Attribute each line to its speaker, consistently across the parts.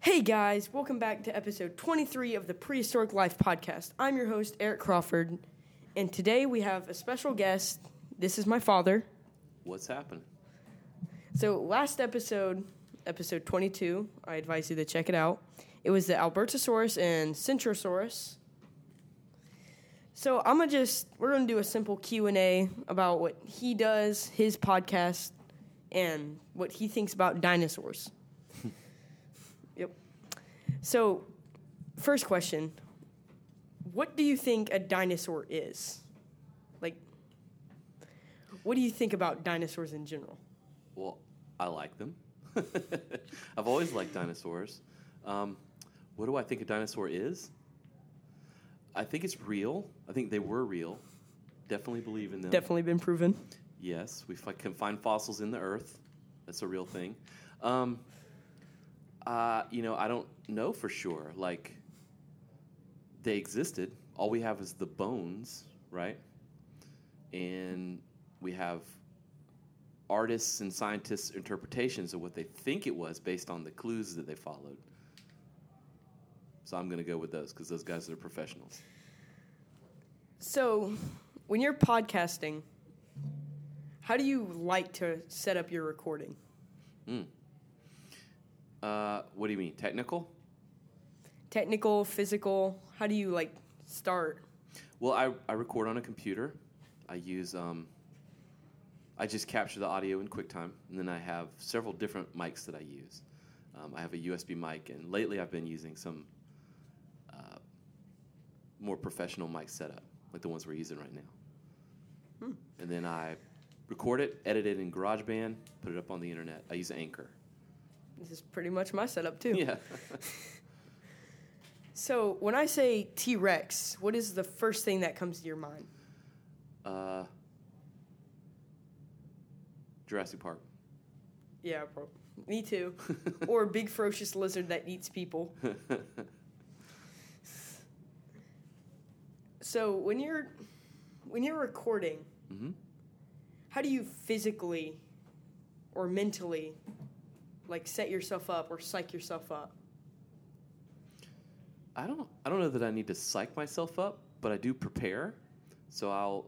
Speaker 1: Hey guys, welcome back to episode 23 of the Prehistoric Life Podcast. I'm your host, Eric Crawford, and today we have a special guest. This is my father.
Speaker 2: What's happening?
Speaker 1: So, last episode, episode 22, I advise you to check it out. It was the Albertosaurus and Centrosaurus. So, I'm going to just we're going to do a simple Q&A about what he does, his podcast, and what he thinks about dinosaurs. yep. So, first question, what do you think a dinosaur is? Like what do you think about dinosaurs in general?
Speaker 2: Well, I like them. I've always liked dinosaurs. Um, what do I think a dinosaur is? I think it's real. I think they were real. Definitely believe in them.
Speaker 1: Definitely been proven.
Speaker 2: Yes, we fi- can find fossils in the earth. That's a real thing. Um, uh, you know, I don't know for sure. Like, they existed. All we have is the bones, right? And we have artists and scientists' interpretations of what they think it was based on the clues that they followed. So I'm going to go with those because those guys are professionals.
Speaker 1: So, when you're podcasting, how do you like to set up your recording?
Speaker 2: Uh, what do you mean? Technical?
Speaker 1: Technical, physical? How do you like start?
Speaker 2: Well, I, I record on a computer. I use um, I just capture the audio in QuickTime, and then I have several different mics that I use. Um, I have a USB mic, and lately I've been using some uh, more professional mic setup, like the ones we're using right now. And then I record it, edit it in GarageBand, put it up on the internet. I use Anchor.
Speaker 1: This is pretty much my setup too.
Speaker 2: Yeah.
Speaker 1: So, when I say T Rex, what is the first thing that comes to your mind?
Speaker 2: uh, Jurassic Park.
Speaker 1: Yeah, bro. Me too. or a big ferocious lizard that eats people. So, when you're when you're recording,
Speaker 2: Mhm.
Speaker 1: how do you physically or mentally like set yourself up or psych yourself up?
Speaker 2: I don't I don't know that I need to psych myself up, but I do prepare. So I'll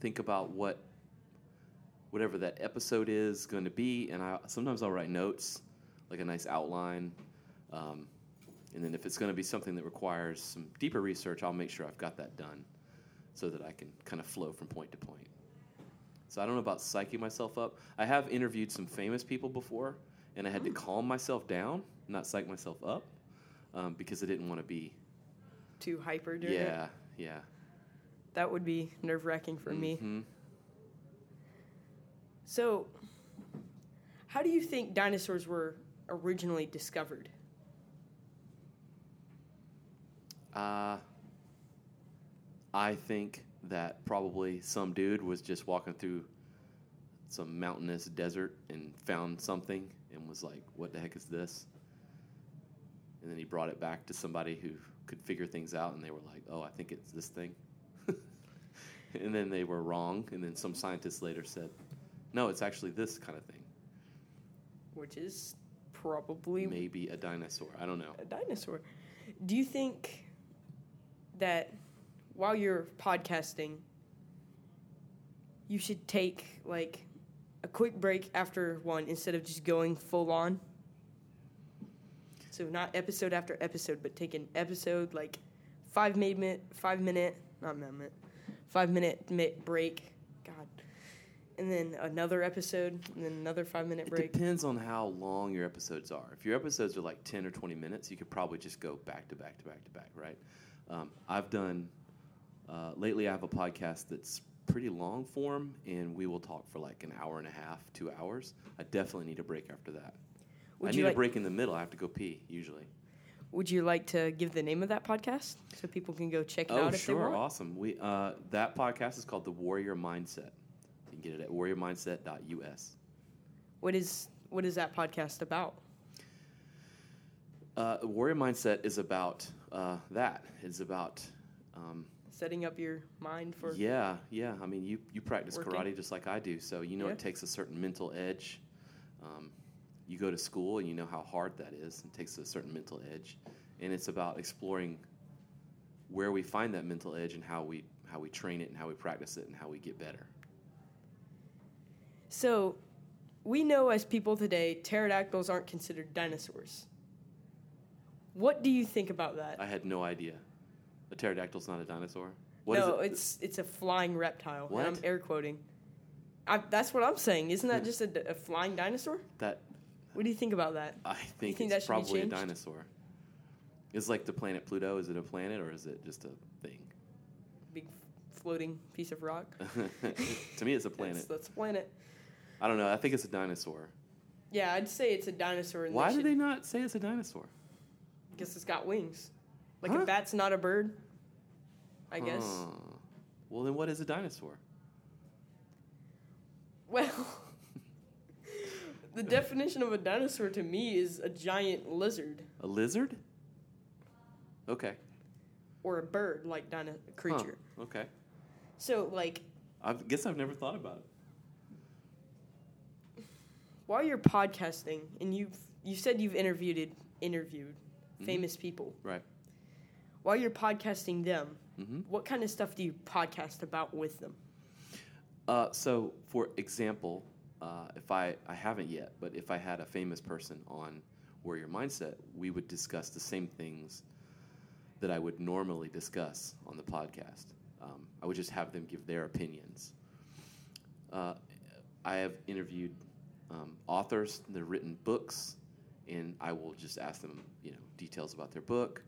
Speaker 2: think about what whatever that episode is going to be, and I sometimes I'll write notes, like a nice outline, um, and then if it's going to be something that requires some deeper research, I'll make sure I've got that done, so that I can kind of flow from point to point. So I don't know about psyching myself up. I have interviewed some famous people before, and I had to calm myself down, not psych myself up, um, because I didn't want to be
Speaker 1: Too hyper during it?
Speaker 2: yeah, yeah.
Speaker 1: That would be nerve wracking for me.
Speaker 2: Mhm.
Speaker 1: So, how do you think dinosaurs were originally discovered?
Speaker 2: Uh, I think that probably some dude was just walking through some mountainous desert and found something and was like, "What the heck is this?" And then he brought it back to somebody who could figure things out, and they were like, "Oh, I think it's this thing." and then they were wrong, and then some scientists later said, "No, it's actually this kind of thing.
Speaker 1: Which is probably
Speaker 2: Maybe a dinosaur. I don't know."
Speaker 1: a dinosaur. Do you think that while you're podcasting, you should take like a quick break after one instead of just going full on? So not episode after episode, but take an episode like five minute, five minute, not minute, five minute mi- break. God, and then another episode, and then another five minute
Speaker 2: It
Speaker 1: break.
Speaker 2: depends on how long your episodes are. If your episodes are like 10 or 20 minutes, you could probably just go back to back to back to back, right? Um, I've done, uh, lately I have a podcast that's pretty long form, and we will talk for like an hour and a half, two hours. I definitely need a break after that.
Speaker 1: Would
Speaker 2: I
Speaker 1: you
Speaker 2: need
Speaker 1: like-
Speaker 2: a break in the middle. I have to go pee, usually.
Speaker 1: Would you like to give the name of that podcast so people can go check it
Speaker 2: Oh,
Speaker 1: out if they
Speaker 2: sure.
Speaker 1: want?
Speaker 2: Awesome. We, uh, that podcast is called The Warrior Mindset. You can get it at warriormindset.us.
Speaker 1: What is what is that podcast about?
Speaker 2: Uh, warrior Mindset is about uh, that. It's about. Um,
Speaker 1: Setting up your mind for
Speaker 2: yeah yeah i mean you, you practice
Speaker 1: Working.
Speaker 2: karate just like i do so you know
Speaker 1: Yeah.
Speaker 2: it takes a certain mental edge um, you go to school and you know how hard that is. It takes a certain mental edge, and it's about exploring where we find that mental edge and how we how we train it and how we practice it and how we get better.
Speaker 1: So, we know as people today, pterodactyls aren't considered dinosaurs. What do you think about that?
Speaker 2: I had no idea. A pterodactyl's not a dinosaur. What is
Speaker 1: no,
Speaker 2: it?
Speaker 1: it's it's a flying reptile. and
Speaker 2: What? Hmm.
Speaker 1: I'm air quoting. I, that's what I'm saying. Isn't that just a, d- a flying dinosaur?
Speaker 2: that
Speaker 1: What do you think about that?
Speaker 2: I think,
Speaker 1: think that
Speaker 2: it's
Speaker 1: should be
Speaker 2: probably a
Speaker 1: changed?
Speaker 2: dinosaur. It's like the planet Pluto. Is it a planet or is it just a thing?
Speaker 1: Big floating piece of rock.
Speaker 2: to me, it's a
Speaker 1: That's,
Speaker 2: planet.
Speaker 1: that's a planet.
Speaker 2: I don't know. I think it's a dinosaur.
Speaker 1: Yeah, I'd say it's a dinosaur. And
Speaker 2: Why
Speaker 1: they
Speaker 2: do
Speaker 1: should,
Speaker 2: they not say it's a dinosaur?
Speaker 1: Guess it's got wings. Like
Speaker 2: Huh? Hmm.
Speaker 1: a bat's not a bird. I guess.
Speaker 2: Huh. Well, then what is a dinosaur?
Speaker 1: Well, the definition of a dinosaur to me is a giant lizard
Speaker 2: A lizard? Okay.
Speaker 1: or a bird like dino
Speaker 2: Huh.
Speaker 1: creature.
Speaker 2: Okay.
Speaker 1: So like
Speaker 2: I guess I've never thought about it.
Speaker 1: while you're podcasting and you've you said you've interviewed interviewed
Speaker 2: Mhm.
Speaker 1: famous people.
Speaker 2: Right.
Speaker 1: While you're podcasting them,
Speaker 2: Mm-hmm.
Speaker 1: what kind of stuff do you podcast about with them?
Speaker 2: Uh, so, for example, uh, if I I haven't yet, but if I had a famous person on Where Your Mindset, we would discuss the same things that I would normally discuss on the podcast. Um, I would just have them give their opinions. Uh, I have interviewed um, authors; they've written books, and I will just ask them, you know, details about their book,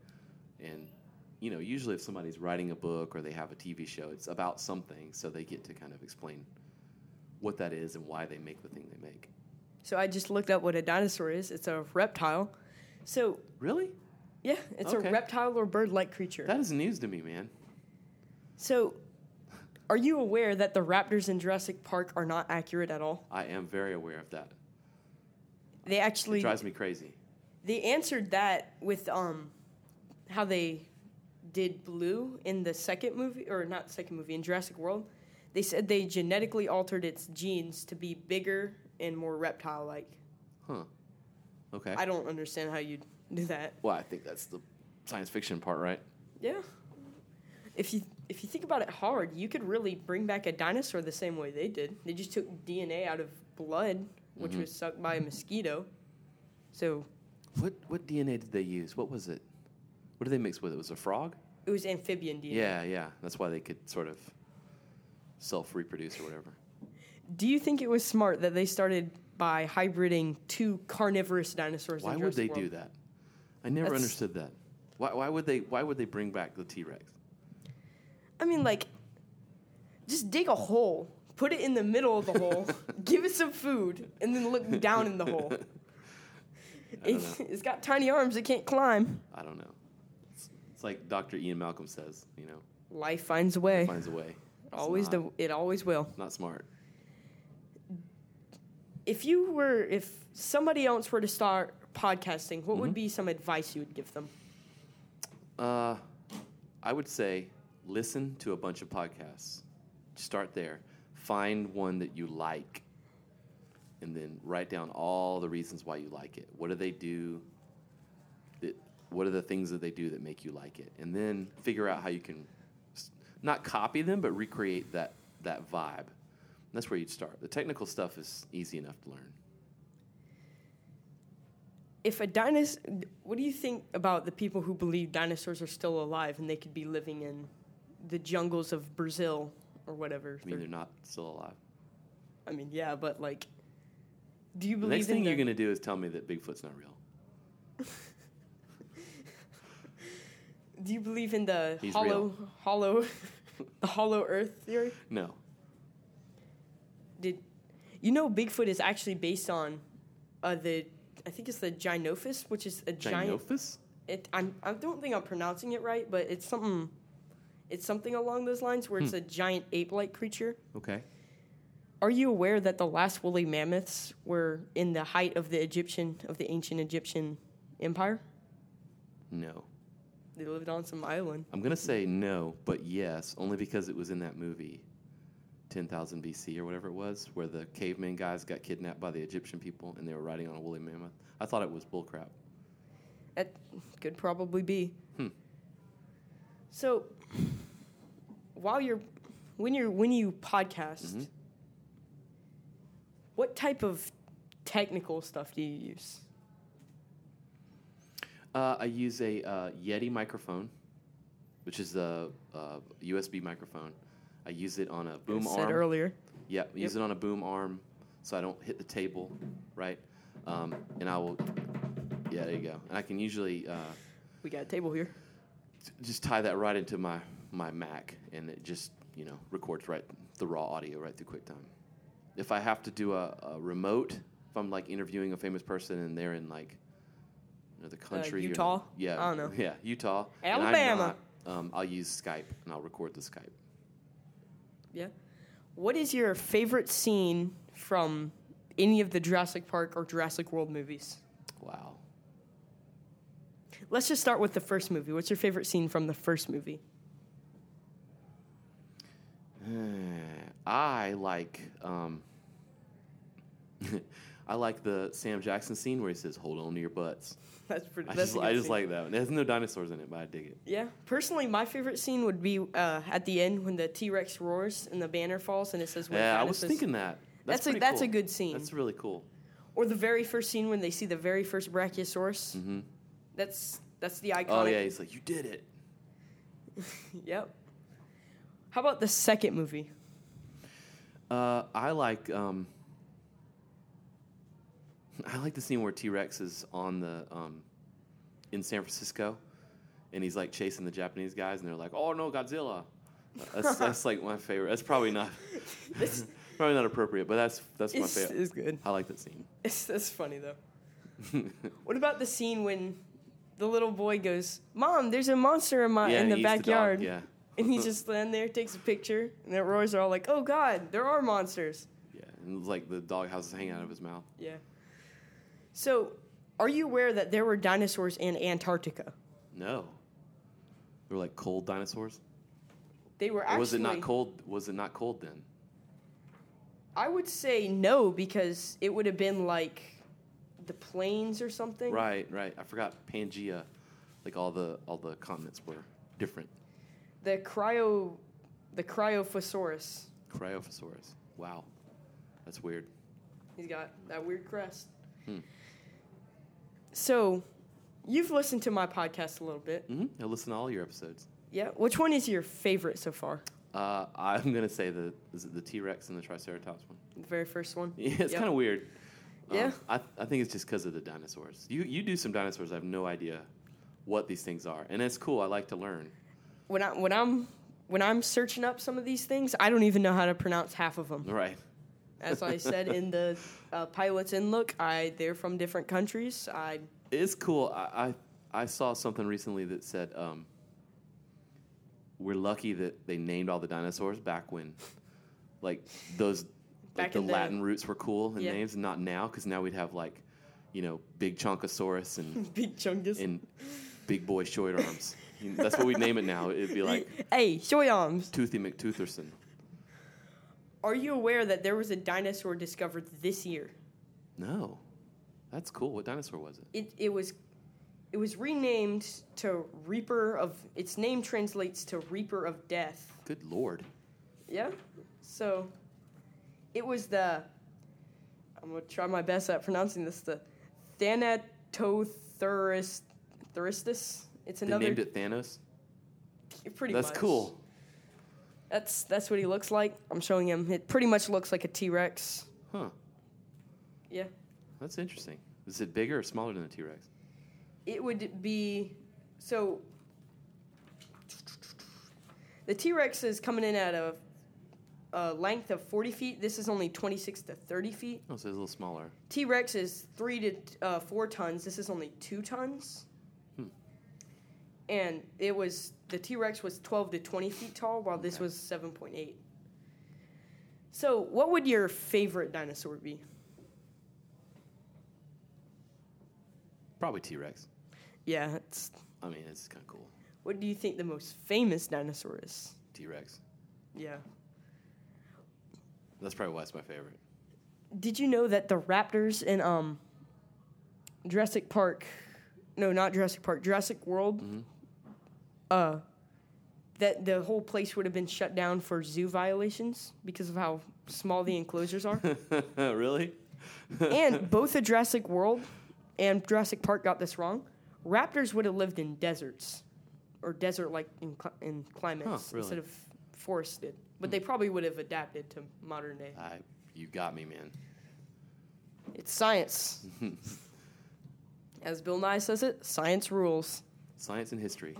Speaker 2: and you know, usually if somebody's writing a book or they have a TV show, it's about something, so they get to kind of explain what that is and why they make the thing they make.
Speaker 1: So I just looked up what a dinosaur is. It's a reptile. So
Speaker 2: Really?
Speaker 1: yeah, it's
Speaker 2: Okay.
Speaker 1: a reptile or bird-like creature.
Speaker 2: That is news to me, man.
Speaker 1: so are you aware that the raptors in Jurassic Park are not accurate at all?
Speaker 2: I am very aware of that.
Speaker 1: They
Speaker 2: It
Speaker 1: actually
Speaker 2: drives me crazy.
Speaker 1: they answered that with um how they did blue in the second movie or not second movie in Jurassic World. They said they genetically altered its genes to be bigger and more reptile like.
Speaker 2: Huh. Okay.
Speaker 1: I don't understand how you do that.
Speaker 2: well, I think that's the science fiction part, right?
Speaker 1: Yeah. If you if you think about it hard, you could really bring back a dinosaur the same way they did. They just took DNA out of blood, which
Speaker 2: Mm-hmm.
Speaker 1: was sucked by a mosquito. So
Speaker 2: What what DNA did they use? What was it? What did they mix with? It was a frog?
Speaker 1: it was amphibian DNA.
Speaker 2: Yeah, yeah. That's why they could sort of self reproduce or whatever.
Speaker 1: Do you think it was smart that they started by hybriding two carnivorous dinosaurs?
Speaker 2: Why
Speaker 1: in
Speaker 2: would they
Speaker 1: Jurassic
Speaker 2: do
Speaker 1: World?
Speaker 2: that? I never
Speaker 1: That's-
Speaker 2: understood that. Why, why would they Why would they bring back the T Rex?
Speaker 1: I mean, like, just dig a hole, put it in the middle of the hole, give it some food, and then look down in the hole. It,
Speaker 2: don't
Speaker 1: it's got tiny arms; it can't climb.
Speaker 2: I don't know. It's, it's like Dr. Ian Malcolm says. You know,
Speaker 1: Life finds a way.
Speaker 2: finds a way. It's
Speaker 1: always
Speaker 2: not,
Speaker 1: the it always will.
Speaker 2: not smart.
Speaker 1: If you were, if somebody else were to start podcasting, what would be some advice you would give them?
Speaker 2: Uh, I would say listen to a bunch of podcasts. Start there. Find one that you like, and then write down all the reasons why you like it. What do they do? That, what are the things that they do that make you like it? And then figure out how you can s- not copy them, but recreate that that vibe. That's where you'd start. The technical stuff is easy enough to learn.
Speaker 1: if a dinosaur, what do you think about the people who believe dinosaurs are still alive and they could be living in the jungles of Brazil or whatever?
Speaker 2: I mean, they're not still alive.
Speaker 1: I mean, yeah, but like, do you
Speaker 2: The
Speaker 1: believe
Speaker 2: next
Speaker 1: in
Speaker 2: thing you're
Speaker 1: their-
Speaker 2: gonna do is tell me that Bigfoot's not real.
Speaker 1: do you believe in the
Speaker 2: He's
Speaker 1: hollow hollow the hollow Earth theory?
Speaker 2: No,
Speaker 1: Did you know Bigfoot is actually based on uh, the I think it's the Gynophis, which is a giant.
Speaker 2: Gynophis.
Speaker 1: It, I'm, I don't think I'm pronouncing it right, but it's something. It's something along those lines where
Speaker 2: Hmm.
Speaker 1: it's a giant ape-like creature.
Speaker 2: Okay.
Speaker 1: Are you aware that the last woolly mammoths were in the height of the Egyptian of the ancient Egyptian empire?
Speaker 2: No.
Speaker 1: They lived on some island.
Speaker 2: I'm going to say no, but yes, only because it was in that movie. 10,000 BC or whatever it was, where the caveman guys got kidnapped by the Egyptian people and they were riding on a woolly mammoth. I thought it was bullcrap.
Speaker 1: That could probably be.
Speaker 2: Hmm.
Speaker 1: So, while you're when you're when you podcast,
Speaker 2: Mhm.
Speaker 1: what type of technical stuff do you use?
Speaker 2: Uh, I use a uh, Yeti microphone, which is the uh, USB microphone. I use it on a boom
Speaker 1: I said
Speaker 2: arm.
Speaker 1: earlier.
Speaker 2: Yeah, use it on a boom arm so I don't hit the table, right? Um, and I will, yeah, there you go. And I can usually uh,
Speaker 1: We got a table here.
Speaker 2: j- just tie that right into my, my Mac and it just, you know, records right the raw audio right through QuickTime. If I have to do a, a remote, if I'm like interviewing a famous person and they're in like another country, or-
Speaker 1: Uh, Utah?
Speaker 2: yeah,
Speaker 1: I don't know.
Speaker 2: yeah, Utah, and I'm
Speaker 1: Alabama.
Speaker 2: not, um, I'll use Skype and I'll record the Skype.
Speaker 1: Yeah. What is your favorite scene from any of the Jurassic Park or Jurassic World movies?
Speaker 2: Wow.
Speaker 1: Let's just start with the first movie. What's your favorite scene from the first movie?
Speaker 2: I like um, I like the Sam Jackson scene where he says, "Hold on to your butts."
Speaker 1: That's pretty.
Speaker 2: I
Speaker 1: that's
Speaker 2: just
Speaker 1: a good
Speaker 2: I just
Speaker 1: scene.
Speaker 2: like that one. There's no dinosaurs in it, but I dig it.
Speaker 1: Yeah, personally, my favorite scene would be uh, at the end when the T Rex roars and the banner falls and it says.
Speaker 2: yeah, I was
Speaker 1: "Wyconisus."
Speaker 2: thinking that.
Speaker 1: That's a-
Speaker 2: pretty
Speaker 1: that's a
Speaker 2: cool.
Speaker 1: good scene.
Speaker 2: That's really cool.
Speaker 1: Or the very first scene when they see the very first Brachiosaurus. Mm-hmm. That's that's the iconic.
Speaker 2: Mm. Oh yeah, he's like, "You did it."
Speaker 1: Yep. How about the second movie?
Speaker 2: Uh, I like um, I like the scene where T Rex is on the um, in San Francisco, and he's like chasing the Japanese guys, and they're like, "Oh no, Godzilla!" That's, that's like my favorite. That's probably not
Speaker 1: This
Speaker 2: probably not appropriate, but that's that's my
Speaker 1: is,
Speaker 2: favorite.
Speaker 1: is good.
Speaker 2: I like that scene.
Speaker 1: It's, that's funny though. What about the scene when the little boy goes, "Mom, there's a monster in my Uh, in
Speaker 2: he
Speaker 1: the
Speaker 2: eats dog,
Speaker 1: backyard,"
Speaker 2: yeah,
Speaker 1: and he just stand there, takes a picture, and the roars are all like, "Oh God, there are monsters."
Speaker 2: yeah, and like the dog house is hanging out of his mouth.
Speaker 1: Yeah. So, are you aware that there were dinosaurs in Antarctica?
Speaker 2: No, they were like cold dinosaurs.
Speaker 1: They were actually.
Speaker 2: Or was it not cold? Was it not cold then?
Speaker 1: I would say no because it would have been like the plains or something.
Speaker 2: Right, right. I forgot Pangea, like all the all the continents were different.
Speaker 1: The cryo, the cryophosaurus.
Speaker 2: Cryophosaurus. Wow, that's weird.
Speaker 1: He's got that weird crest.
Speaker 2: Hmm.
Speaker 1: So, you've listened to my podcast a little bit.
Speaker 2: hmm I listen to all your episodes.
Speaker 1: Yeah. Which one is your favorite so far?
Speaker 2: Uh, I'm gonna say the is it the T Rex and the Triceratops one.
Speaker 1: The very first one.
Speaker 2: Yeah, it's
Speaker 1: Yep.
Speaker 2: kind of weird. Um,
Speaker 1: Yeah.
Speaker 2: I, I think it's just because of the dinosaurs. You you do some dinosaurs. I have no idea what these things are, and it's cool. I like to learn.
Speaker 1: When I when I'm when I'm searching up some of these things, I don't even know how to pronounce half of them.
Speaker 2: Right.
Speaker 1: As I said in the uh, pilots in look, I they're from different countries. I
Speaker 2: It's cool. I, I I saw something recently that said um, we're lucky that they named all the dinosaurs back when, like those,
Speaker 1: Back
Speaker 2: like the
Speaker 1: in the-
Speaker 2: Latin roots were cool in
Speaker 1: Yeah.
Speaker 2: names, not now because now we'd have like, you know, big chonkosaurus and
Speaker 1: big chungus.
Speaker 2: and big boy short arms. That's what we name it now. It'd be like
Speaker 1: hey, show arms.
Speaker 2: Toothy McTootherson.
Speaker 1: Are you aware that there was a dinosaur discovered this year?
Speaker 2: No, that's cool. What dinosaur was it?
Speaker 1: It it was it was renamed to Reaper of its name translates to Reaper of Death.
Speaker 2: Good lord.
Speaker 1: Yeah. So it was the I'm gonna try my best at pronouncing this the Thanatothurus Thuristus. It's
Speaker 2: They
Speaker 1: another
Speaker 2: named it Thanos.
Speaker 1: pretty
Speaker 2: That's
Speaker 1: much.
Speaker 2: cool.
Speaker 1: That's that's what he looks like. I'm showing him. It pretty much looks like a T Rex.
Speaker 2: Huh.
Speaker 1: Yeah.
Speaker 2: That's interesting. Is it bigger or smaller than the T Rex?
Speaker 1: It would be so. The T Rex is coming in at a, a length of 40 feet. This is only 26 to 30 feet.
Speaker 2: Oh, so it's a little smaller.
Speaker 1: T Rex is three to uh, four tons. This is only two tons.
Speaker 2: Hmm.
Speaker 1: And it was the T Rex was 12 to 20 feet tall, while this
Speaker 2: Okay.
Speaker 1: was 7.8. So, what would your favorite dinosaur be?
Speaker 2: Probably T Rex.
Speaker 1: Yeah, it's,
Speaker 2: I mean, it's kind of cool.
Speaker 1: what do you think the most famous dinosaur is?
Speaker 2: T Rex.
Speaker 1: Yeah.
Speaker 2: That's probably why it's my favorite.
Speaker 1: Did you know that the Raptors in um Jurassic Park no, not Jurassic Park, Jurassic World uh that the whole place would have been shut down for zoo violations because of how small the enclosures are.
Speaker 2: really?
Speaker 1: and both the Jurassic World and Jurassic Park got this wrong. Raptors would have lived in deserts or desert-like in, cl- in climates
Speaker 2: really?
Speaker 1: instead of forested, but they probably would have adapted to modern day.
Speaker 2: I, you got me, man.
Speaker 1: It's science. As Bill Nye says it, science rules.
Speaker 2: Science and history.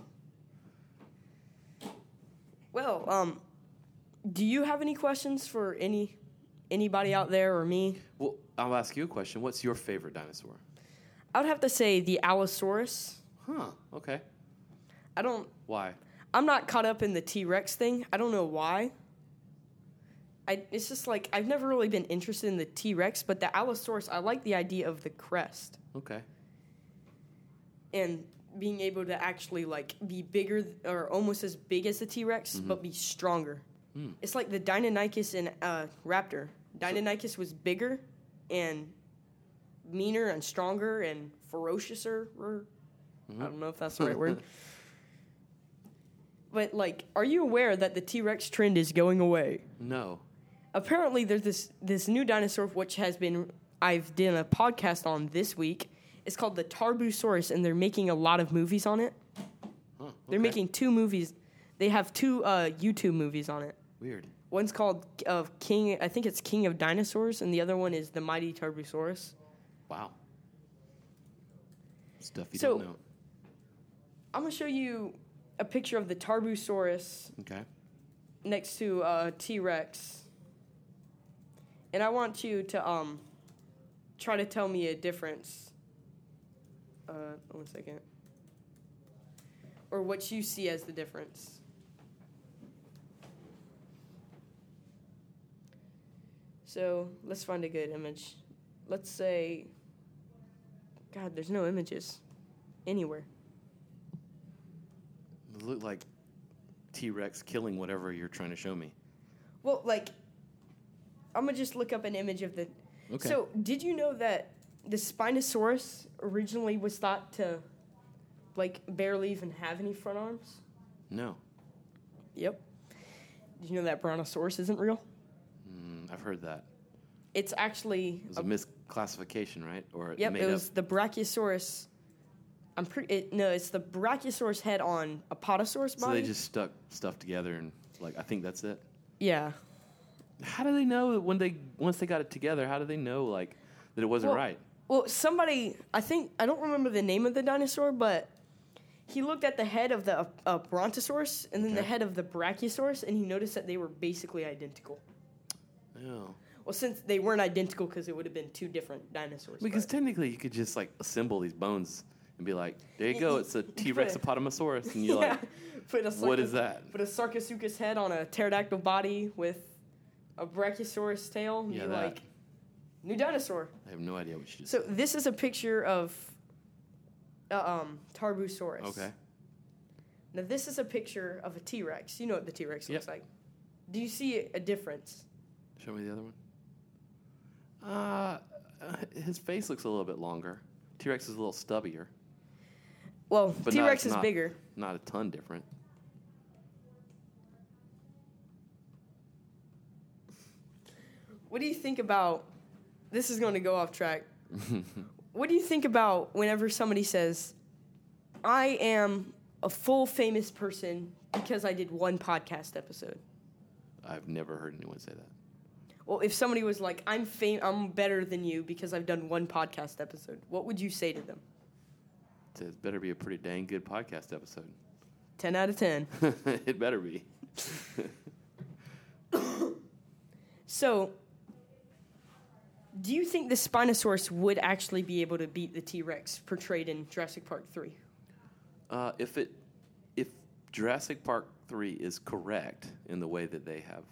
Speaker 1: Well, um, do you have any questions for any anybody out there or me?
Speaker 2: Well, I'll ask you a question. What's your favorite dinosaur?
Speaker 1: I would have to say the Allosaurus.
Speaker 2: Huh. Okay.
Speaker 1: I don't.
Speaker 2: Why?
Speaker 1: I'm not caught up in the T Rex thing. I don't know why. I, it's just like I've never really been interested in the T Rex, but the Allosaurus, I like the idea of the crest
Speaker 2: Okay.
Speaker 1: and being able to actually like be bigger th- or almost as big as the T Rex, but be stronger.
Speaker 2: Hmm.
Speaker 1: It's like the Deinonychus and uh, Raptor. Deinonychus was bigger and meaner and stronger and ferociouser. I don't know if that's the right word. But like, are you aware that the T Rex trend is going away?
Speaker 2: No.
Speaker 1: Apparently, there's this this new dinosaur which has been I've done a podcast on this week. It's called the Tarbosaurus, and they're making a lot of movies on it.
Speaker 2: Huh,
Speaker 1: They're
Speaker 2: okay.
Speaker 1: making two movies. They have two uh, YouTube movies on it.
Speaker 2: weird.
Speaker 1: One's called uh, King. I think it's King of Dinosaurs, and the other one is the Mighty Tarbosaurus.
Speaker 2: Wow. Stuff you
Speaker 1: So-
Speaker 2: don't know.
Speaker 1: I'm gonna show you a picture of the Tarbosaurus
Speaker 2: Okay.
Speaker 1: next to uh, T Rex, and I want you to um try to tell me a difference. Uh, one second. Or what you see as the difference. So let's find a good image. Let's say, God, there's no images anywhere.
Speaker 2: It looked like T Rex killing whatever you're trying to show me.
Speaker 1: Well, like, I'm gonna just look up an image of the.
Speaker 2: Okay.
Speaker 1: So, did you know that the Spinosaurus originally was thought to, like, barely even have any front arms?
Speaker 2: no.
Speaker 1: Yep. Did you know that Brontosaurus isn't real?
Speaker 2: Mm, I've heard that.
Speaker 1: It's actually.
Speaker 2: It was
Speaker 1: a-
Speaker 2: a misclassification, right? Or
Speaker 1: yep,
Speaker 2: made
Speaker 1: it was
Speaker 2: up.
Speaker 1: the Brachiosaurus. I'm pretty. It, no, it's the Brachiosaurus head on a Potosaurus
Speaker 2: So
Speaker 1: body.
Speaker 2: they just stuck stuff together and like I think that's it.
Speaker 1: yeah.
Speaker 2: How do they know that when they once they got it together? How do they know like that it wasn't
Speaker 1: Well-
Speaker 2: right?
Speaker 1: Well, somebody, I think, I don't remember the name of the dinosaur, but he looked at the head of the uh, uh, Brontosaurus and then the
Speaker 2: Okay.
Speaker 1: head of the Brachiosaurus, and he noticed that they were basically identical.
Speaker 2: No,
Speaker 1: Well, since they weren't identical, because it would have been two different dinosaurs.
Speaker 2: because
Speaker 1: but-
Speaker 2: technically you could just like assemble these bones and be like, there you
Speaker 1: Y-
Speaker 2: go,
Speaker 1: y-
Speaker 2: it's a
Speaker 1: you
Speaker 2: T Rex
Speaker 1: put-
Speaker 2: apotomosaurus, and you're
Speaker 1: Yeah.
Speaker 2: like,
Speaker 1: put a
Speaker 2: what
Speaker 1: sarco-
Speaker 2: is that?
Speaker 1: Put a Sarcosuchus head on a pterodactyl body with a Brachiosaurus tail. And
Speaker 2: Yeah,
Speaker 1: be
Speaker 2: that.
Speaker 1: like, new dinosaur.
Speaker 2: I have no idea what you just.
Speaker 1: So this is a picture of uh, um, Tarbosaurus.
Speaker 2: okay.
Speaker 1: Now this is a picture of a T Rex. You know what the T Rex
Speaker 2: Yep.
Speaker 1: looks like. Do you see a difference?
Speaker 2: Show me the other one. Uh, uh, his face looks a little bit longer. T Rex is a little stubbier,
Speaker 1: Well,
Speaker 2: But
Speaker 1: T
Speaker 2: no,
Speaker 1: Rex
Speaker 2: it's
Speaker 1: is
Speaker 2: not.
Speaker 1: bigger.
Speaker 2: not a ton different.
Speaker 1: What do you think about? This is going to go off track. what do you think about whenever somebody says, "I am a full famous person because I did one podcast episode"?
Speaker 2: I've never heard anyone say that.
Speaker 1: Well, if somebody was like, "I'm fam- I'm better than you because I've done one podcast episode," what would you say to them?
Speaker 2: So It better be a pretty dang good podcast episode.
Speaker 1: Ten out of ten.
Speaker 2: it better be.
Speaker 1: So, do you think the Spinosaurus would actually be able to beat the T Rex portrayed in Jurassic Park 3?
Speaker 2: Uh, if it, if Jurassic Park three is correct in the way that they have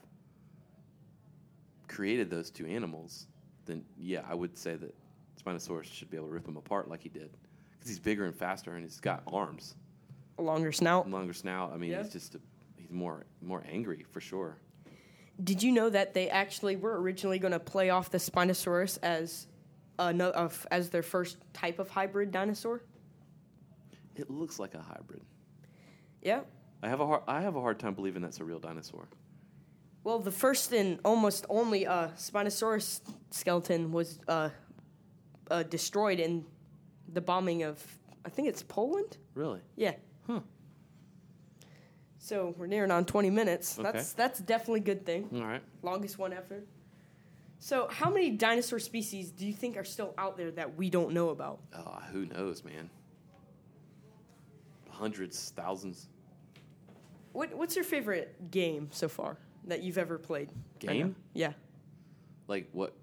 Speaker 2: created those two animals, then yeah, I would say that Spinosaurus should be able to rip him apart like he did, because he's bigger and faster and he's got arms,
Speaker 1: A longer snout.
Speaker 2: longer snout. I mean,
Speaker 1: Yeah.
Speaker 2: he's just a, he's more more angry for sure.
Speaker 1: Did you know that they actually were originally going to play off the Spinosaurus as ano- of, as their first type of hybrid dinosaur?
Speaker 2: It looks like a hybrid.
Speaker 1: Yeah.
Speaker 2: I have a hard, I have a hard time believing that's a real dinosaur.
Speaker 1: Well, the first and almost only uh, Spinosaurus skeleton was uh, uh, destroyed in the bombing of, I think it's Poland?
Speaker 2: Really?
Speaker 1: Yeah. Hmm.
Speaker 2: Huh.
Speaker 1: So we're nearing on 20 minutes.
Speaker 2: Okay.
Speaker 1: That's, that's definitely a good thing.
Speaker 2: All right.
Speaker 1: Longest one ever. So, how many dinosaur species do you think are still out there that we don't know about?
Speaker 2: Oh, who knows, man? Hundreds, thousands.
Speaker 1: What, what's your favorite game so far that you've ever played? right
Speaker 2: Game?
Speaker 1: now? Yeah.
Speaker 2: Like what?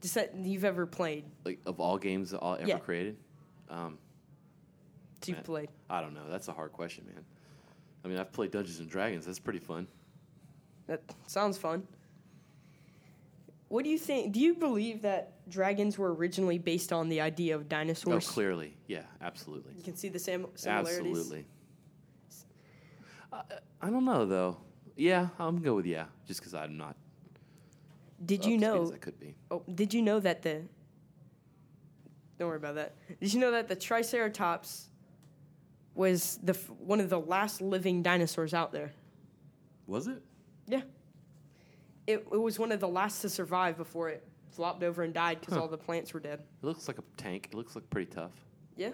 Speaker 1: Just that you've ever played.
Speaker 2: Like of all games all ever
Speaker 1: Yeah.
Speaker 2: created? Um,
Speaker 1: that You've
Speaker 2: Man.
Speaker 1: played.
Speaker 2: I don't know. That's a hard question, man. I mean, I've played Dungeons and Dragons. That's pretty fun.
Speaker 1: That sounds fun. What do you think? Do you believe that dragons were originally based on the idea of dinosaurs?
Speaker 2: Oh, clearly, yeah, absolutely,
Speaker 1: You can see the same similarities.
Speaker 2: absolutely. I, I don't know though. Yeah, I'm gonna go with yeah, just because I'm not.
Speaker 1: Did
Speaker 2: up
Speaker 1: you
Speaker 2: to speed
Speaker 1: know
Speaker 2: as I could be.
Speaker 1: Oh, did you know that the? Don't worry about that. Did you know that the Triceratops was the f- one of the last living dinosaurs out there?
Speaker 2: Was it?
Speaker 1: Yeah. It it was one of the last to survive before it flopped over and died because
Speaker 2: Huh.
Speaker 1: all the plants were dead.
Speaker 2: It looks like a tank. It looks like pretty tough.
Speaker 1: Yeah.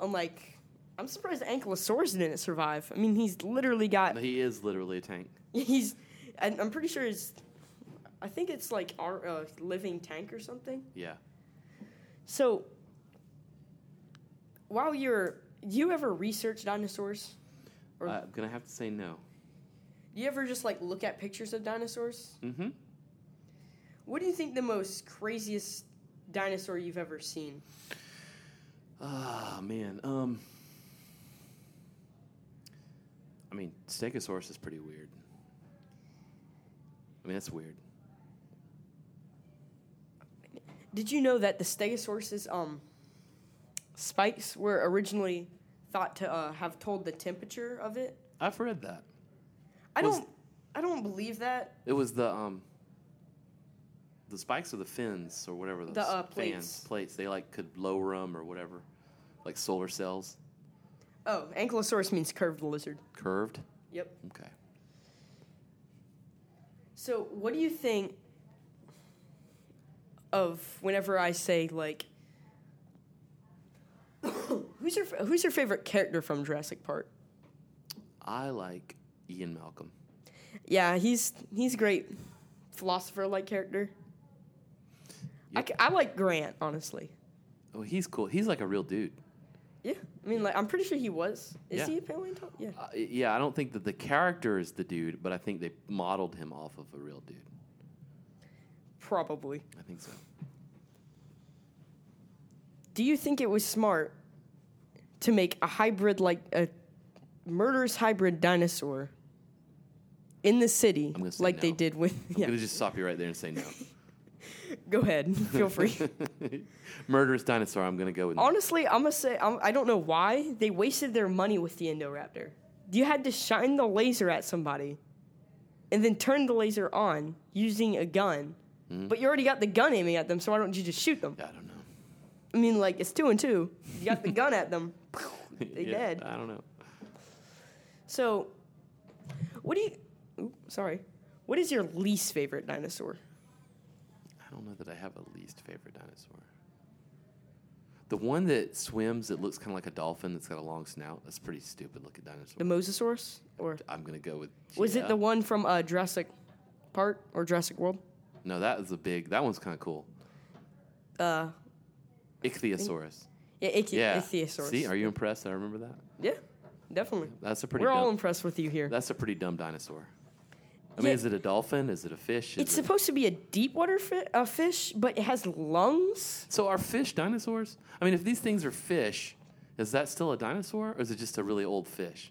Speaker 1: Unlike, I'm surprised Ankylosaurus didn't survive. I mean, he's literally got
Speaker 2: No, he is literally a tank.
Speaker 1: he's, and I'm pretty sure it's, I think it's like our uh, living tank or something.
Speaker 2: Yeah.
Speaker 1: So, while you're, do you ever research dinosaurs? Or
Speaker 2: I'm gonna have to say no.
Speaker 1: do you ever just like look at pictures of dinosaurs?
Speaker 2: Mm-hmm.
Speaker 1: What do you think the most craziest dinosaur you've ever seen?
Speaker 2: Ah man. Um. I mean, Stegosaurus is pretty weird. I mean, that's weird.
Speaker 1: Did you know that the Stegosaurus's um, spikes were originally thought to uh, have told the temperature of it?
Speaker 2: I've read that.
Speaker 1: I
Speaker 2: Was-
Speaker 1: don't, I don't believe that.
Speaker 2: It was the um the spikes or the fins or whatever those
Speaker 1: The, uh,
Speaker 2: fans-
Speaker 1: plates.
Speaker 2: plates. They like could lower them or whatever, like solar cells,
Speaker 1: Oh, Ankylosaurus means curved lizard.
Speaker 2: curved.
Speaker 1: Yep.
Speaker 2: Okay.
Speaker 1: So, what do you think of whenever I say like, who's your who's your favorite character from Jurassic Park?
Speaker 2: I like Ian Malcolm.
Speaker 1: Yeah, he's he's a great philosopher like character. I
Speaker 2: Yep.
Speaker 1: c I I, like Grant honestly.
Speaker 2: Oh, he's cool. He's like a real dude.
Speaker 1: Yeah, I mean like I'm pretty sure he was. Is
Speaker 2: Yeah.
Speaker 1: he a paleontologist? Yeah.
Speaker 2: Uh, yeah, I don't think that the character is the dude, but I think they modeled him off of a real dude.
Speaker 1: Probably.
Speaker 2: I think so.
Speaker 1: Do you think it was smart to make a hybrid like a murderous hybrid dinosaur in the city
Speaker 2: I'm gonna say
Speaker 1: like they
Speaker 2: no.
Speaker 1: did with
Speaker 2: I'm
Speaker 1: yeah.
Speaker 2: gonna just stop you right there and say no.
Speaker 1: Go ahead. Feel free.
Speaker 2: Murderous dinosaur. I'm gonna go with.
Speaker 1: Honestly, I'm gonna say I'm, I don't know why they wasted their money with the Indoraptor. You had to shine the laser at somebody, and then turn the laser on using a gun.
Speaker 2: Mm-hmm.
Speaker 1: But you already got the gun aiming at them, so why don't you just shoot them?
Speaker 2: I don't know.
Speaker 1: I mean, like it's two and two. You got the gun at them. They
Speaker 2: Yeah,
Speaker 1: did.
Speaker 2: I don't know.
Speaker 1: So, what do you? Oop, sorry. What is your least favorite dinosaur?
Speaker 2: I don't know that I have a least favorite dinosaur. The one that swims that looks kind of like a dolphin that's got a long snout. That's a pretty stupid looking dinosaur.
Speaker 1: The Mosasaurus, or
Speaker 2: I'm gonna go with.
Speaker 1: was
Speaker 2: yeah.
Speaker 1: it the one from uh, Jurassic Park or Jurassic World?
Speaker 2: No, that is a big. That one's kind of cool.
Speaker 1: Uh,
Speaker 2: Ichthyosaurus.
Speaker 1: yeah, Ichi-
Speaker 2: Yeah.
Speaker 1: Ichthyosaurus.
Speaker 2: See, are you impressed? I remember that.
Speaker 1: yeah, definitely.
Speaker 2: That's a pretty.
Speaker 1: We're
Speaker 2: Dumb,
Speaker 1: all impressed with you here.
Speaker 2: that's a pretty dumb dinosaur. I mean,
Speaker 1: Yeah.
Speaker 2: is it a dolphin? Is it a fish? Is
Speaker 1: It's
Speaker 2: it-
Speaker 1: supposed to be a deep water fi- uh, fish, but it has lungs.
Speaker 2: so are fish dinosaurs? I mean, if these things are fish, is that still a dinosaur, or is it just a really old fish?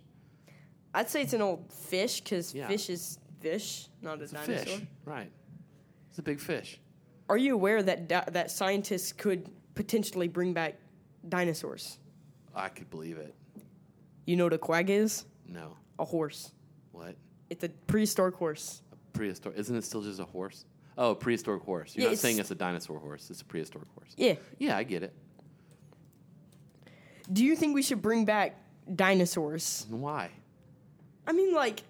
Speaker 1: I'd say it's an old fish because
Speaker 2: Yeah.
Speaker 1: fish is fish, not a
Speaker 2: It's a
Speaker 1: dinosaur.
Speaker 2: fish, right? It's a big fish.
Speaker 1: Are you aware that di- that scientists could potentially bring back dinosaurs?
Speaker 2: I could believe it.
Speaker 1: You know what a quag is?
Speaker 2: No.
Speaker 1: A horse.
Speaker 2: What?
Speaker 1: It's a prehistoric horse.
Speaker 2: prehistoric. Isn't it still just a horse? Oh, a prehistoric horse. You're
Speaker 1: Yeah,
Speaker 2: not
Speaker 1: it's-
Speaker 2: saying it's a dinosaur horse. It's a prehistoric horse.
Speaker 1: Yeah.
Speaker 2: Yeah, I get it.
Speaker 1: Do you think we should bring back dinosaurs?
Speaker 2: And why?
Speaker 1: I mean, like,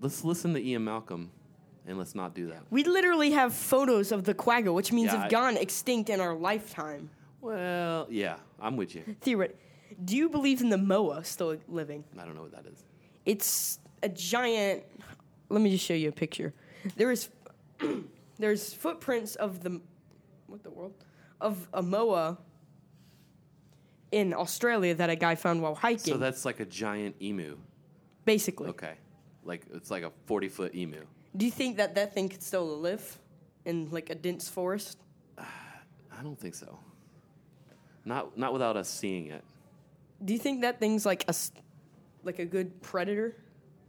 Speaker 2: Let's listen to Ian Malcolm, and let's not do that.
Speaker 1: we literally have photos of the quagga, which means
Speaker 2: Yeah,
Speaker 1: have
Speaker 2: I-
Speaker 1: gone extinct in our lifetime.
Speaker 2: Well, yeah, I'm with you.
Speaker 1: Theoret. Do you believe in the moa still living?
Speaker 2: I don't know what that is.
Speaker 1: It's a giant. Let me just show you a picture. There is, there's footprints of the, what the world, of a moa. In Australia, that a guy found while hiking.
Speaker 2: So that's like a giant emu.
Speaker 1: basically,
Speaker 2: Okay, like it's like a 40 foot emu.
Speaker 1: do you think that that thing could still live in like a dense forest?
Speaker 2: I don't think so. Not not without us seeing it.
Speaker 1: Do you think that thing's like a, s- like a good predator?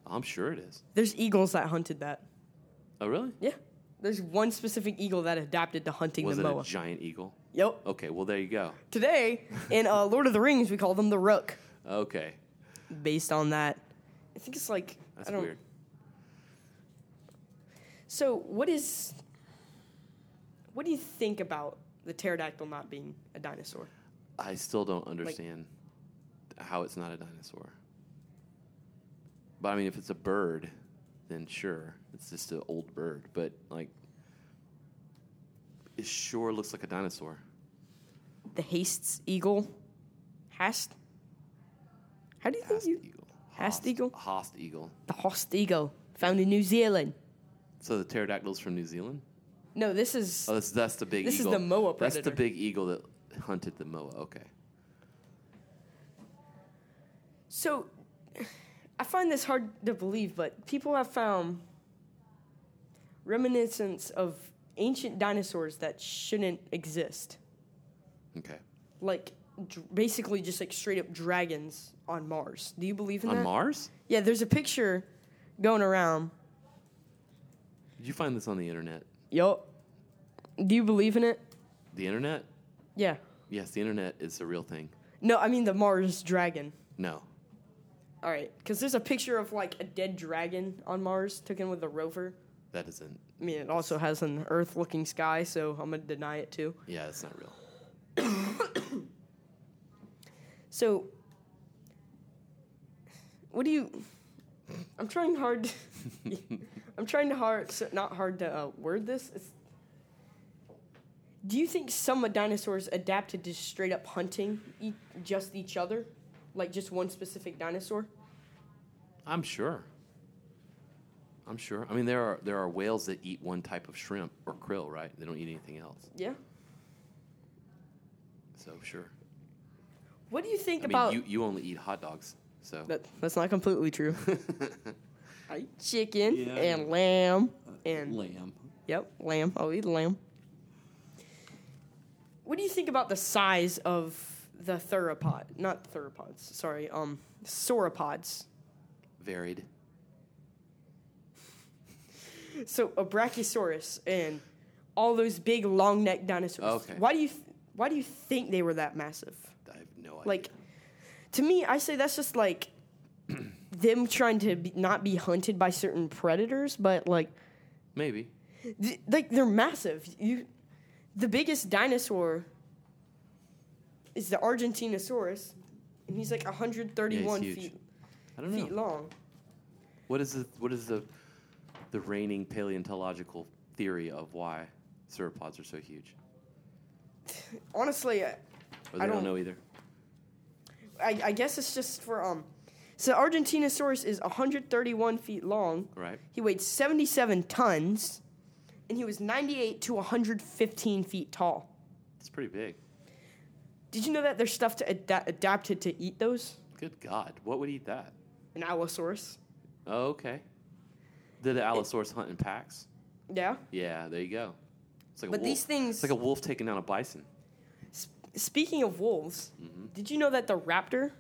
Speaker 2: I'm sure it is.
Speaker 1: There's eagles that hunted that.
Speaker 2: Oh really?
Speaker 1: Yeah. There's one specific eagle that adapted to hunting
Speaker 2: Was
Speaker 1: the
Speaker 2: it
Speaker 1: moa.
Speaker 2: a giant eagle?
Speaker 1: yep.
Speaker 2: Okay, well there you go.
Speaker 1: Today, in uh, Lord of the Rings, we call them the Rook,
Speaker 2: Okay,
Speaker 1: based on that. I think it's like
Speaker 2: that's
Speaker 1: I don't.
Speaker 2: weird.
Speaker 1: So, what is? What do you think about the pterodactyl not being a dinosaur?
Speaker 2: I still don't understand how it's not a dinosaur. But I mean, if it's a bird, then sure, it's just an old bird. But like, it sure looks like a dinosaur.
Speaker 1: The Haste's eagle, Hast. How do you think
Speaker 2: Hast
Speaker 1: you?
Speaker 2: eagle.
Speaker 1: Hast eagle?
Speaker 2: Hast eagle.
Speaker 1: The Hast eagle, found in New Zealand.
Speaker 2: So the pterodactyl's from New Zealand.
Speaker 1: No, this is
Speaker 2: Oh, that's, that's the big.
Speaker 1: This is
Speaker 2: eagle.
Speaker 1: the moa
Speaker 2: That's the
Speaker 1: predator.
Speaker 2: big eagle that hunted the moa. Okay.
Speaker 1: so. I find this hard to believe, but people have found reminiscence of ancient dinosaurs that shouldn't exist.
Speaker 2: Okay.
Speaker 1: like dr- basically just like straight up dragons on Mars. Do you believe in
Speaker 2: On
Speaker 1: that?
Speaker 2: Mars?
Speaker 1: Yeah, there's a picture going around.
Speaker 2: Did you find this on the internet?
Speaker 1: Yup. Do you believe in it?
Speaker 2: The internet?
Speaker 1: Yeah.
Speaker 2: Yes, the internet is a real thing.
Speaker 1: No, I mean the Mars dragon.
Speaker 2: No.
Speaker 1: All right, because there's a picture of like a dead dragon on Mars taken with a rover.
Speaker 2: That isn't.
Speaker 1: I mean, it also has an Earth-looking sky, so I'm gonna deny it too.
Speaker 2: Yeah, that's not real.
Speaker 1: So, what do you? I'm trying hard. I'm trying to hard, so not hard to uh, word this. It's, do you think some dinosaurs adapted to straight up hunting e- just each other, like just one specific dinosaur?
Speaker 2: I'm sure. I'm sure. I mean, there are there are whales that eat one type of shrimp or krill, right? They don't eat anything else.
Speaker 1: Yeah.
Speaker 2: So sure.
Speaker 1: What do you think
Speaker 2: I mean,
Speaker 1: about?
Speaker 2: you you only eat hot dogs, so
Speaker 1: that, that's not completely true. I eat chicken
Speaker 2: Yeah. Uh,
Speaker 1: and lamb and
Speaker 2: lamb.
Speaker 1: Yep, lamb. I'll eat lamb. What do you think about the size of the theropod? Not theropods. Sorry, um, sauropods.
Speaker 2: Varied.
Speaker 1: So a brachiosaurus and all those big long-necked dinosaurs.
Speaker 2: Okay.
Speaker 1: Why do you th- Why do you think they were that massive?
Speaker 2: I have no idea.
Speaker 1: Like, to me, I say that's just like them trying to be, not be hunted by certain predators, but like
Speaker 2: maybe.
Speaker 1: Th- like they're massive. You, the biggest dinosaur is the Argentinosaurus, and he's like 131
Speaker 2: Yeah, he's huge.
Speaker 1: feet
Speaker 2: I don't know.
Speaker 1: feet long.
Speaker 2: What is the what is the the reigning paleontological theory of why sauropods are so huge?
Speaker 1: Honestly, I,
Speaker 2: Or
Speaker 1: I
Speaker 2: they don't,
Speaker 1: don't-
Speaker 2: know either.
Speaker 1: I, I guess it's just for um. So Argentinosaurus is 131 feet long.
Speaker 2: Right.
Speaker 1: He weighed 77 tons, and he was 98 to 115 feet tall.
Speaker 2: It's pretty big.
Speaker 1: Did you know that there's stuff to ada- adapted to eat those?
Speaker 2: Good God, what would eat that?
Speaker 1: An allosaurus.
Speaker 2: Oh, okay. Did the allosaurus hunt in packs?
Speaker 1: Yeah.
Speaker 2: Yeah, there you go. It's like
Speaker 1: But
Speaker 2: a wolf.
Speaker 1: these things-
Speaker 2: It's like a wolf taking down a bison.
Speaker 1: Speaking of wolves, did you know that the raptor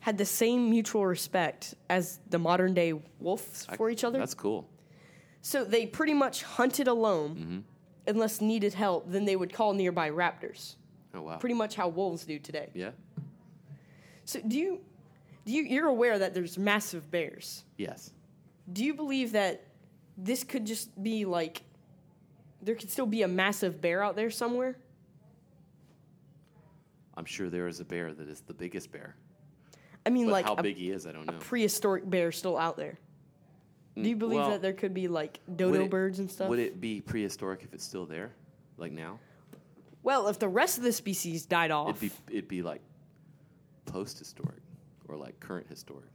Speaker 1: had the same mutual respect as the modern day wolves
Speaker 2: I-
Speaker 1: for each other?
Speaker 2: That's cool.
Speaker 1: So they pretty much hunted alone
Speaker 2: Mm-hmm.
Speaker 1: unless needed help, then they would call nearby raptors.
Speaker 2: Oh wow.
Speaker 1: Pretty much how wolves do today.
Speaker 2: yeah.
Speaker 1: So do you do you you're aware that there's massive bears.
Speaker 2: Yes.
Speaker 1: Do you believe that this could just be like there could still be a massive bear out there somewhere.
Speaker 2: I'm sure there is a bear that is the biggest bear.
Speaker 1: I mean,
Speaker 2: But
Speaker 1: like
Speaker 2: how
Speaker 1: a
Speaker 2: big he is, I don't know.
Speaker 1: prehistoric bear still out there. Do you believe
Speaker 2: Mm, well,
Speaker 1: that there could be like
Speaker 2: Would
Speaker 1: dodo
Speaker 2: it-
Speaker 1: birds and stuff?
Speaker 2: Would it be prehistoric if it's still there, like now?
Speaker 1: well, if the rest of the species died
Speaker 2: It'd
Speaker 1: off,
Speaker 2: be it'd be like post-historic or like current historic.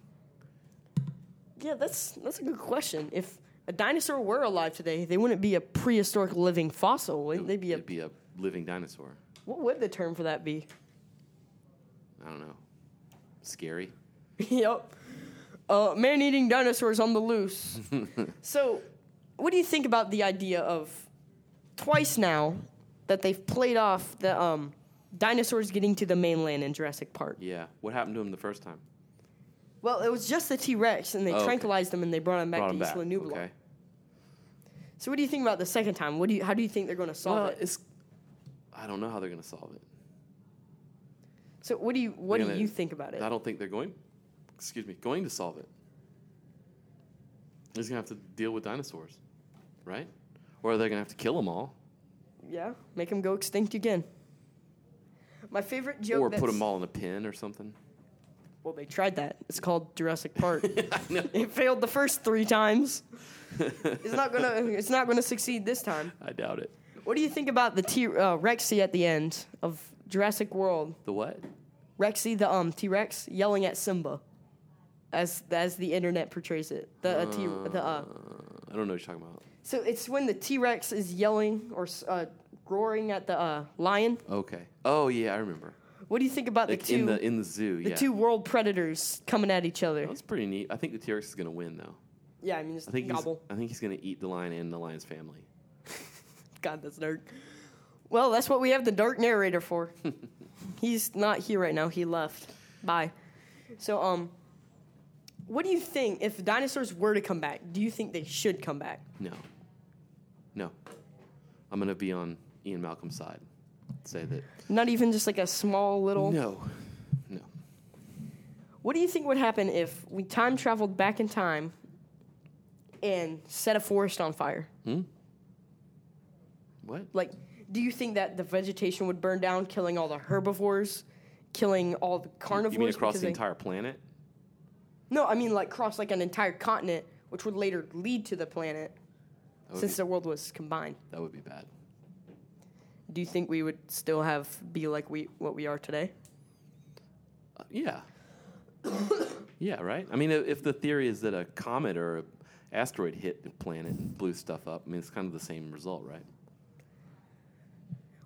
Speaker 1: yeah, that's that's a good question. If a dinosaur were alive today, they wouldn't be a prehistoric living fossil,
Speaker 2: It
Speaker 1: would they?
Speaker 2: would-
Speaker 1: Be a
Speaker 2: it'd be a living dinosaur.
Speaker 1: what would the term for that be?
Speaker 2: I don't know. Scary.
Speaker 1: yep. Uh, man eating dinosaurs on the loose. so, what do you think about the idea of twice now that they've played off the um, dinosaurs getting to the mainland in Jurassic Park?
Speaker 2: Yeah. What happened to him the first time?
Speaker 1: Well, it was just the T Rex, and they
Speaker 2: Oh, okay.
Speaker 1: tranquilized them and they brought them back
Speaker 2: Brought
Speaker 1: to
Speaker 2: him
Speaker 1: East
Speaker 2: back.
Speaker 1: La Nublar.
Speaker 2: Okay.
Speaker 1: So, what do you think about the second time? What do you, how do you think they're going to solve
Speaker 2: Well,
Speaker 1: it?
Speaker 2: it's. I don't know how they're gonna solve it.
Speaker 1: So, what do you what
Speaker 2: They're
Speaker 1: do
Speaker 2: gonna-
Speaker 1: you think about it?
Speaker 2: I don't think they're going. Excuse me, going to solve it. They're just gonna have to deal with dinosaurs, right? Or they're gonna have to kill them all,
Speaker 1: Yeah, make them go extinct again. My favorite joke.
Speaker 2: or
Speaker 1: that's,
Speaker 2: put them all in a pen or something.
Speaker 1: Well, they tried that. It's called Jurassic Park.
Speaker 2: I know.
Speaker 1: It failed the first three times. it's not gonna. It's not gonna succeed this time.
Speaker 2: I doubt it.
Speaker 1: What do you think about the T uh, Rexy at the end of Jurassic World?
Speaker 2: The what?
Speaker 1: Rexy, the um T Rex, yelling at Simba, as as the internet portrays it. The uh, T the uh,
Speaker 2: I don't know what you're talking about.
Speaker 1: so it's when the T Rex is yelling or s- uh, roaring at the uh, lion.
Speaker 2: Okay. Oh yeah, I remember.
Speaker 1: What do you think about
Speaker 2: Like
Speaker 1: the two
Speaker 2: in the in the zoo.
Speaker 1: the
Speaker 2: yeah.
Speaker 1: two world predators coming at each other?
Speaker 2: That was pretty neat. I think the T Rex is gonna win though.
Speaker 1: Yeah, I mean just
Speaker 2: I think he's,
Speaker 1: gobble.
Speaker 2: I think he's gonna eat the lion and the lion's family.
Speaker 1: God, that's dark. Well, that's what we have the dark narrator for. He's not here right now. He left. Bye. So, um, what do you think if dinosaurs were to come back? Do you think they should come back?
Speaker 2: No. No. I'm gonna be on Ian Malcolm's side. Say that.
Speaker 1: Not even just like a small little.
Speaker 2: No. No.
Speaker 1: What do you think would happen if we time traveled back in time and set a forest on fire?
Speaker 2: Hmm? What?
Speaker 1: Like, do you think that the vegetation would burn down, killing all the herbivores, killing all the carnivores?
Speaker 2: You mean across
Speaker 1: because
Speaker 2: the
Speaker 1: they-
Speaker 2: entire planet?
Speaker 1: No, I mean like cross like an entire continent, which would later lead to the planet
Speaker 2: That would,
Speaker 1: since
Speaker 2: be,
Speaker 1: the world was combined.
Speaker 2: that would be bad.
Speaker 1: Do you think we would still have be like we what we are today?
Speaker 2: Uh, yeah. yeah, right? I mean, i- if the theory is that a comet or a asteroid hit the planet and blew stuff up, I mean, it's kind of the same result, right?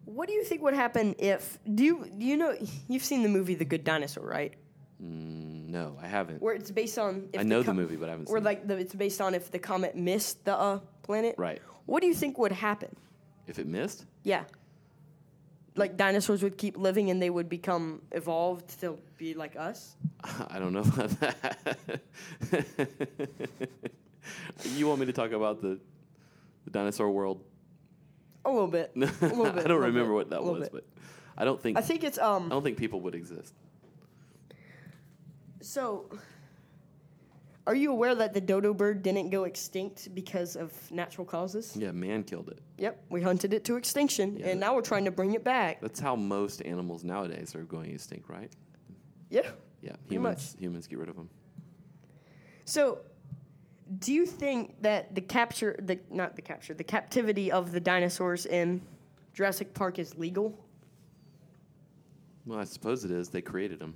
Speaker 1: What do you think would happen if do you do you know you've seen the movie The Good Dinosaur, right?
Speaker 2: Mm, no, I haven't.
Speaker 1: Where it's based on if
Speaker 2: I know the,
Speaker 1: com-
Speaker 2: movie, but I haven't
Speaker 1: where
Speaker 2: seen
Speaker 1: like the, it's based on if the comet missed the uh, planet.
Speaker 2: it. Right.
Speaker 1: What do you think would happen?
Speaker 2: If it missed?
Speaker 1: Yeah. Like dinosaurs would keep living and they would become evolved to be like us.
Speaker 2: I don't know about that. you want me to talk about the, the dinosaur world?
Speaker 1: A little bit.
Speaker 2: No,
Speaker 1: A little bit.
Speaker 2: I don't
Speaker 1: a little
Speaker 2: remember
Speaker 1: bit,
Speaker 2: what that
Speaker 1: a little
Speaker 2: was,
Speaker 1: bit.
Speaker 2: but I don't think
Speaker 1: I
Speaker 2: I,
Speaker 1: think it's um.
Speaker 2: don't think people would exist.
Speaker 1: So, are you aware that the dodo bird didn't go extinct because of natural causes?
Speaker 2: Yeah, man killed it.
Speaker 1: Yep, we hunted it to extinction,
Speaker 2: Mm. Yeah.
Speaker 1: and now we're trying to bring it back.
Speaker 2: That's how most animals nowadays are going extinct, right?
Speaker 1: Yeah.
Speaker 2: Yeah,
Speaker 1: Pretty much.
Speaker 2: humans humans get rid of them.
Speaker 1: So, do you think that the capture, the not the capture, the captivity of the dinosaurs in Jurassic Park is legal?
Speaker 2: Well, I suppose it is. They created them.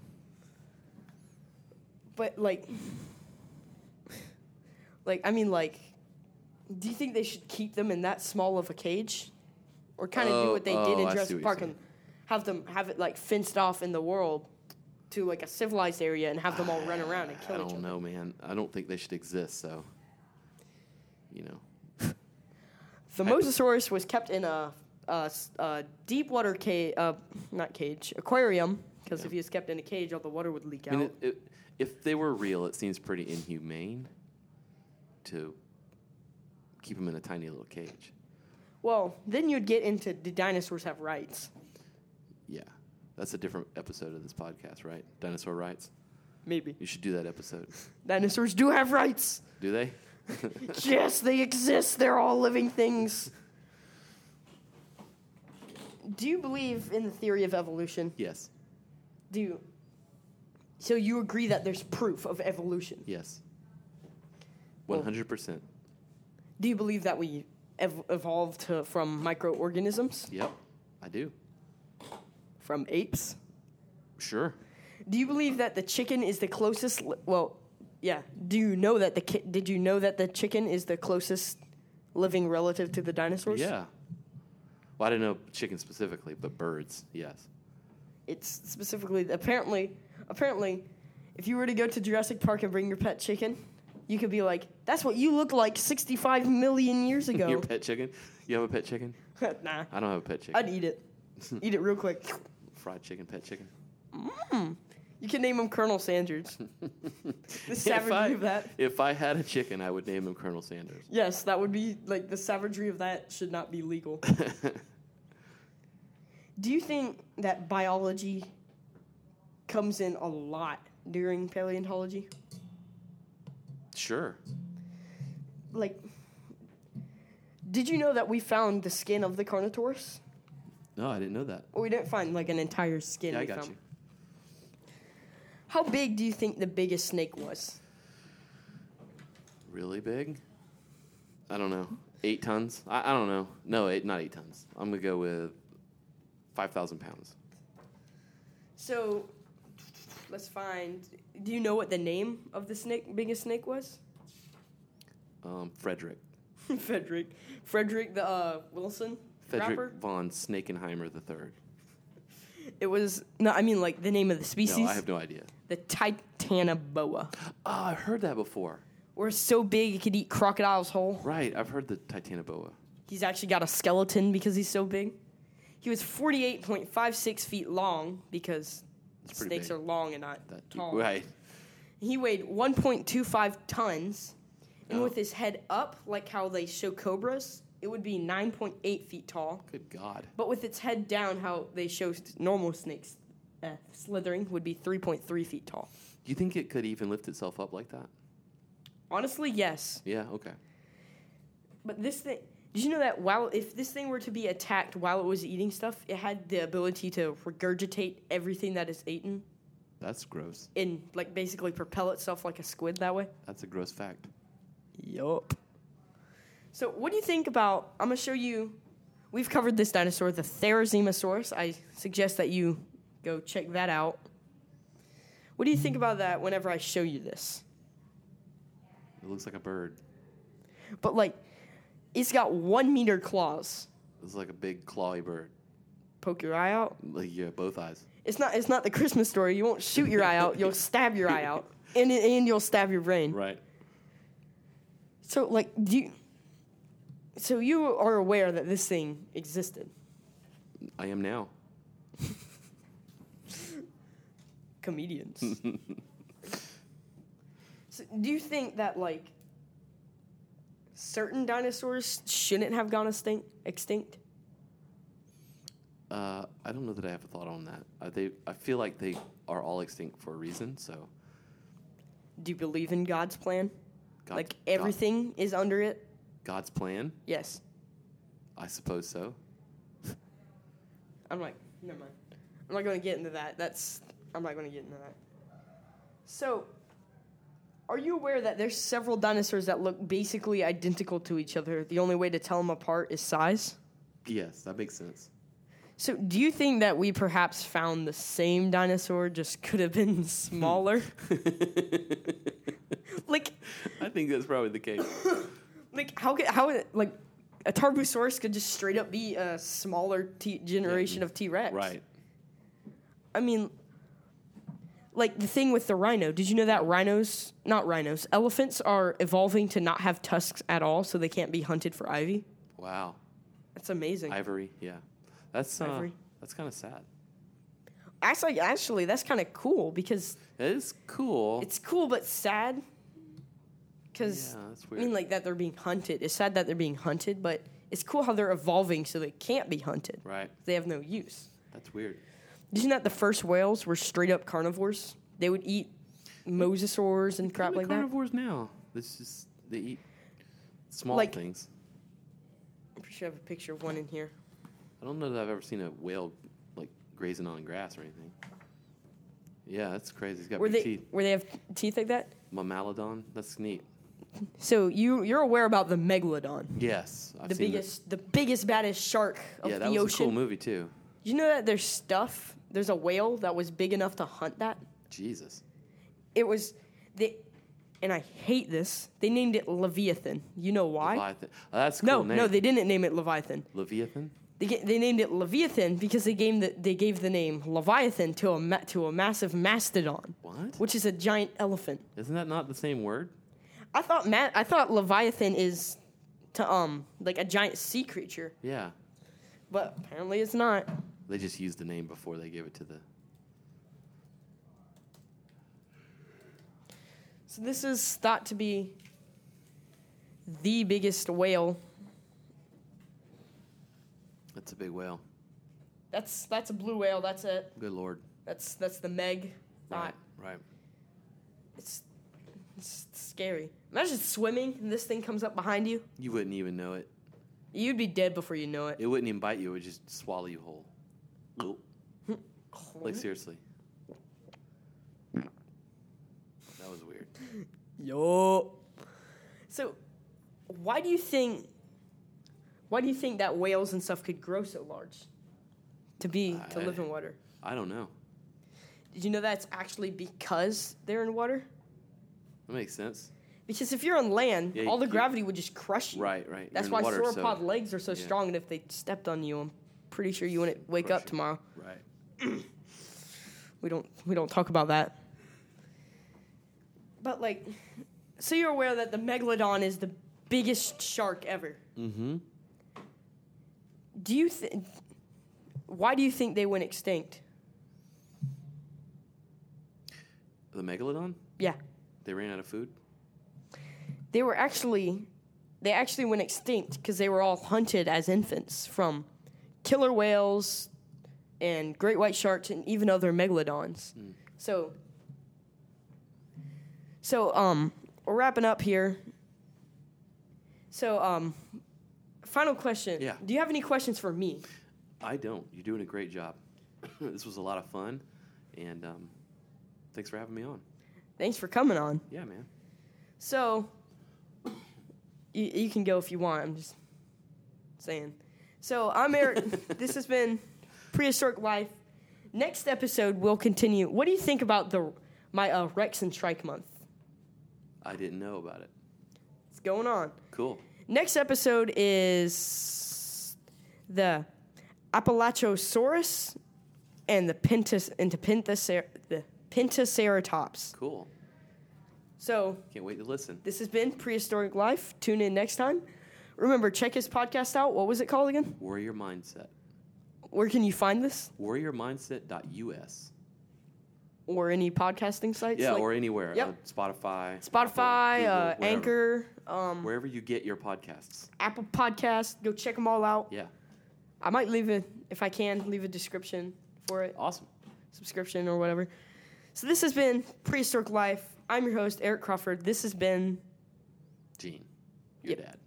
Speaker 1: But like, like I mean, like, do you think they should keep them in that small of a cage, or kind of do
Speaker 2: Oh,
Speaker 1: what they
Speaker 2: oh,
Speaker 1: did
Speaker 2: I
Speaker 1: in
Speaker 2: see what
Speaker 1: Jurassic
Speaker 2: you're
Speaker 1: Park
Speaker 2: saying.
Speaker 1: and have them have it like fenced off in the world to like a civilized area and have them all run around and kill
Speaker 2: I
Speaker 1: each
Speaker 2: don't
Speaker 1: other?
Speaker 2: know, man. I don't think they should exist. So, you know,
Speaker 1: The
Speaker 2: I-
Speaker 1: Mosasaurus was kept in a, a s- a deep water cage, uh, not cage, aquarium. Because
Speaker 2: Yeah.
Speaker 1: if he was kept in a cage, all the water would leak
Speaker 2: I mean,
Speaker 1: out.
Speaker 2: it, it, if they were real, it seems pretty inhumane to keep them in a tiny little cage.
Speaker 1: well, then you'd get into do dinosaurs have rights?
Speaker 2: Yeah, that's a different episode of this podcast, right? Dinosaur rights.
Speaker 1: Maybe
Speaker 2: You should do that episode.
Speaker 1: dinosaurs do have rights.
Speaker 2: Do they?
Speaker 1: yes, they exist. They're all living things. Do you believe in the theory of evolution?
Speaker 2: Yes.
Speaker 1: Do you? So you agree that there's proof of evolution?
Speaker 2: Yes.
Speaker 1: Well-
Speaker 2: One hundred percent.
Speaker 1: Do you believe that we ev- evolved to, from microorganisms,
Speaker 2: Yep. I do.
Speaker 1: from apes?
Speaker 2: Sure.
Speaker 1: Do you believe that the chicken is the closest? Li- well, yeah. Do you know that the ki- did you know that the chicken is the closest living relative to the dinosaurs?
Speaker 2: Yeah. Well, I didn't know chicken specifically, but birds. Yes.
Speaker 1: It's specifically apparently apparently, if you were to go to Jurassic Park and bring your pet chicken, you could be like, "That's what you looked like 65 million years
Speaker 2: Your
Speaker 1: ago."
Speaker 2: pet chicken? You have a pet chicken?
Speaker 1: nah,
Speaker 2: I don't have a pet chicken.
Speaker 1: I'd eat it. eat it real quick.
Speaker 2: Fried chicken, pet chicken.
Speaker 1: You can name him Colonel Sanders. the savagery
Speaker 2: I-
Speaker 1: of that.
Speaker 2: If I had a chicken, I would name him Colonel Sanders.
Speaker 1: Yes, that would be like the savagery of that should not be legal. Do you think that biology comes in a lot during paleontology?
Speaker 2: sure.
Speaker 1: Like, did you know that we found the skin of the Carnotaurus?
Speaker 2: No, I didn't know that.
Speaker 1: Well, we didn't find like an entire skin.
Speaker 2: Yeah, I
Speaker 1: we
Speaker 2: got
Speaker 1: found.
Speaker 2: you.
Speaker 1: How big do you think the biggest snake was?
Speaker 2: Really big? I don't know. Eight tons? I, I don't know. No, eight, not eight tons. I'm going to go with 5,000 pounds.
Speaker 1: So, let's find. Do you know what the name of the snake, biggest snake was?
Speaker 2: Um, Frederick.
Speaker 1: Frederick. Frederick the uh, Wilson
Speaker 2: Frederick
Speaker 1: rapper.
Speaker 2: von Snakenheimer III.
Speaker 1: It was no, I mean like the name of the species.
Speaker 2: No, I have no idea.
Speaker 1: the Titanoboa.
Speaker 2: Oh, I've heard that before.
Speaker 1: Or it's so big it could eat crocodile's whole.
Speaker 2: Right, I've heard the Titanoboa.
Speaker 1: He's actually got a skeleton because he's so big. He was 48.56 feet long because
Speaker 2: It's pretty
Speaker 1: snakes
Speaker 2: big.
Speaker 1: are long and not
Speaker 2: That-
Speaker 1: tall.
Speaker 2: Right.
Speaker 1: He weighed 1.25 tons, and
Speaker 2: Oh.
Speaker 1: with his head up, like how they show cobras, it would be 9.8 feet tall.
Speaker 2: Good God.
Speaker 1: But with its head down, how they show s- normal snakes uh, slithering would be 3.3 feet tall.
Speaker 2: Do you think it could even lift itself up like that?
Speaker 1: Honestly, yes.
Speaker 2: Yeah, okay.
Speaker 1: But this thing, did you know that while if this thing were to be attacked while it was eating stuff, it had the ability to regurgitate everything that is eaten
Speaker 2: That's gross.
Speaker 1: and like basically propel itself like a squid that way?
Speaker 2: That's a gross fact.
Speaker 1: Yup. So, what do you think about? I'm gonna show you. We've covered this dinosaur, the Therizinosaurus. I suggest that you go check that out. What do you think about that? Whenever I show you this,
Speaker 2: It looks like a bird.
Speaker 1: but like, it's got one meter claws.
Speaker 2: It's like a big clawy bird.
Speaker 1: Poke your eye out.
Speaker 2: Like yeah, both eyes.
Speaker 1: It's not. It's not the Christmas story. You won't shoot your eye out. You'll stab your eye out, and and you'll stab your brain.
Speaker 2: Right.
Speaker 1: So like, do you? So you are aware that this thing existed.
Speaker 2: I am now.
Speaker 1: comedians. so, do you think that like certain dinosaurs shouldn't have gone extinct? Extinct?
Speaker 2: Uh, I don't know that I have a thought on that. Uh, they, I feel like they are all extinct for a reason. So,
Speaker 1: Do you believe in God's plan?
Speaker 2: God's,
Speaker 1: like
Speaker 2: God-
Speaker 1: everything is under it.
Speaker 2: God's plan,
Speaker 1: Yes.
Speaker 2: I suppose so.
Speaker 1: I'm like, never mind. I'm not going to get into that. That's I'm not going to get into that. So, are you aware that there's several dinosaurs that look basically identical to each other? The only way to tell them apart is size.
Speaker 2: Yes, that makes sense.
Speaker 1: So, do you think that we perhaps found the same dinosaur, just could have been smaller? like,
Speaker 2: I think that's probably the case.
Speaker 1: like how could how is- like a Tarbosaurus could just straight up be a smaller t- generation of T Rex?
Speaker 2: right.
Speaker 1: I mean, like the thing with the rhino. Did you know that rhinos, not rhinos, elephants are evolving to not have tusks at all, so they can't be hunted for ivy?
Speaker 2: Wow.
Speaker 1: That's amazing.
Speaker 2: Ivory. Yeah. That's uh,
Speaker 1: Ivory.
Speaker 2: that's kind of sad.
Speaker 1: actually, actually, that's kind of cool because
Speaker 2: It is cool.
Speaker 1: it's cool but sad because
Speaker 2: Yeah, that's
Speaker 1: i mean
Speaker 2: weird.
Speaker 1: like that they're being hunted it's sad that they're being hunted but it's cool how they're evolving so they can't be hunted
Speaker 2: right.
Speaker 1: they have no use
Speaker 2: That's weird.
Speaker 1: did you know that the first whales were straight up carnivores they would eat mosasaurs and crap
Speaker 2: Kinda
Speaker 1: like that
Speaker 2: carnivores now. This is they eat Small
Speaker 1: Like-
Speaker 2: things.
Speaker 1: I'm pretty sure I have a picture of one in here.
Speaker 2: I don't know that I've ever seen a whale like grazing on grass or anything. Yeah, that's crazy. He's got
Speaker 1: Where
Speaker 2: big
Speaker 1: they
Speaker 2: teeth.
Speaker 1: where they have teeth like that.
Speaker 2: Mammalodon. That's neat.
Speaker 1: So you you're aware about the megalodon,
Speaker 2: Yes, I've
Speaker 1: the
Speaker 2: seen that.
Speaker 1: biggest the biggest baddest shark of
Speaker 2: Yeah, that
Speaker 1: the
Speaker 2: was
Speaker 1: ocean.
Speaker 2: a cool movie too.
Speaker 1: You know that there's stuff. There's a whale that was big enough to hunt that.
Speaker 2: Jesus.
Speaker 1: It was the, and I hate this. They named it Leviathan. You know why?
Speaker 2: Leviathan. Oh, that's a
Speaker 1: No,
Speaker 2: cool name.
Speaker 1: no, they didn't name it Leviathan.
Speaker 2: Leviathan.
Speaker 1: They, ga- they named it Leviathan because they gave the, they gave the name Leviathan to a ma- to a massive mastodon,
Speaker 2: What?
Speaker 1: which is a giant elephant.
Speaker 2: Isn't that not the same word?
Speaker 1: I thought Matt, I thought Leviathan is to um like a giant sea creature,
Speaker 2: Yeah,
Speaker 1: but apparently it's not.
Speaker 2: they just used the name before they gave it to the.
Speaker 1: So this is thought to be the biggest whale.
Speaker 2: That's a big whale.
Speaker 1: That's that's a blue whale. That's it.
Speaker 2: Good lord.
Speaker 1: That's that's the Meg. Thought.
Speaker 2: Right. right.
Speaker 1: It's, it's scary. Imagine swimming and this thing comes up behind you.
Speaker 2: You wouldn't even know it.
Speaker 1: You'd be dead before you know it.
Speaker 2: It wouldn't even bite you. It would just swallow you whole. Oop. Like seriously. That was weird.
Speaker 1: Yo. So, why do you think? Why do you think that whales and stuff could grow so large? To be to
Speaker 2: I-
Speaker 1: live in water.
Speaker 2: I don't know.
Speaker 1: Did you know that's actually because they're in water?
Speaker 2: That makes sense.
Speaker 1: Because if you're on land,
Speaker 2: Yeah,
Speaker 1: all the
Speaker 2: you-
Speaker 1: gravity would just crush you.
Speaker 2: Right, right. You're
Speaker 1: That's
Speaker 2: in
Speaker 1: why
Speaker 2: water, so-
Speaker 1: sauropod legs are so
Speaker 2: yeah.
Speaker 1: strong, and if they stepped on you, I'm pretty sure you wouldn't wake
Speaker 2: Crush
Speaker 1: up
Speaker 2: you.
Speaker 1: tomorrow.
Speaker 2: Right.
Speaker 1: We don't we don't talk about that. But like, so you're aware that the megalodon is the biggest shark ever.
Speaker 2: Mm-hmm.
Speaker 1: Do you think? Why do you think they went extinct?
Speaker 2: The megalodon.
Speaker 1: Yeah,
Speaker 2: They ran out of food.
Speaker 1: they were actually they actually went extinct because they were all hunted as infants from killer whales and great white sharks and even other megalodons. So so um we're wrapping up here. So um final question.
Speaker 2: Yeah.
Speaker 1: Do you have any questions for me?
Speaker 2: I don't. You're doing a great job. this was a lot of fun, and um, thanks for having me on.
Speaker 1: Thanks for coming on.
Speaker 2: Yeah, man.
Speaker 1: So, you, you can go if you want. I'm just saying. So, I'm Eric. this has been Prehistoric Life. Next episode, we'll continue. What do you think about the my uh, Rex and Trike month?
Speaker 2: I didn't know about it.
Speaker 1: What's going on?
Speaker 2: Cool.
Speaker 1: Next episode is the Apalachosaurus and the Pentas and the, Pentacer, the Pentaceratops.
Speaker 2: Cool.
Speaker 1: So,
Speaker 2: Can't wait to listen.
Speaker 1: This has been Prehistoric Life. Tune in next time. Remember, check his podcast out. What was it called again?
Speaker 2: Warrior Mindset.
Speaker 1: Where can you find this?
Speaker 2: WarriorMindset.us.
Speaker 1: Or any podcasting sites?
Speaker 2: Yeah,
Speaker 1: like
Speaker 2: or anywhere.
Speaker 1: Yep.
Speaker 2: On Spotify.
Speaker 1: Spotify, uh,
Speaker 2: Apple, Google, wherever.
Speaker 1: Anchor, um,
Speaker 2: Wherever you get your podcasts.
Speaker 1: Apple Podcast. Go check them all out.
Speaker 2: Yeah.
Speaker 1: I might leave it, if I can, leave a description for it,
Speaker 2: Awesome.
Speaker 1: subscription or whatever. So this has been Prehistoric Life. I'm your host, Eric Crawford. This has been,
Speaker 2: Gene, your
Speaker 1: Yep.
Speaker 2: dad.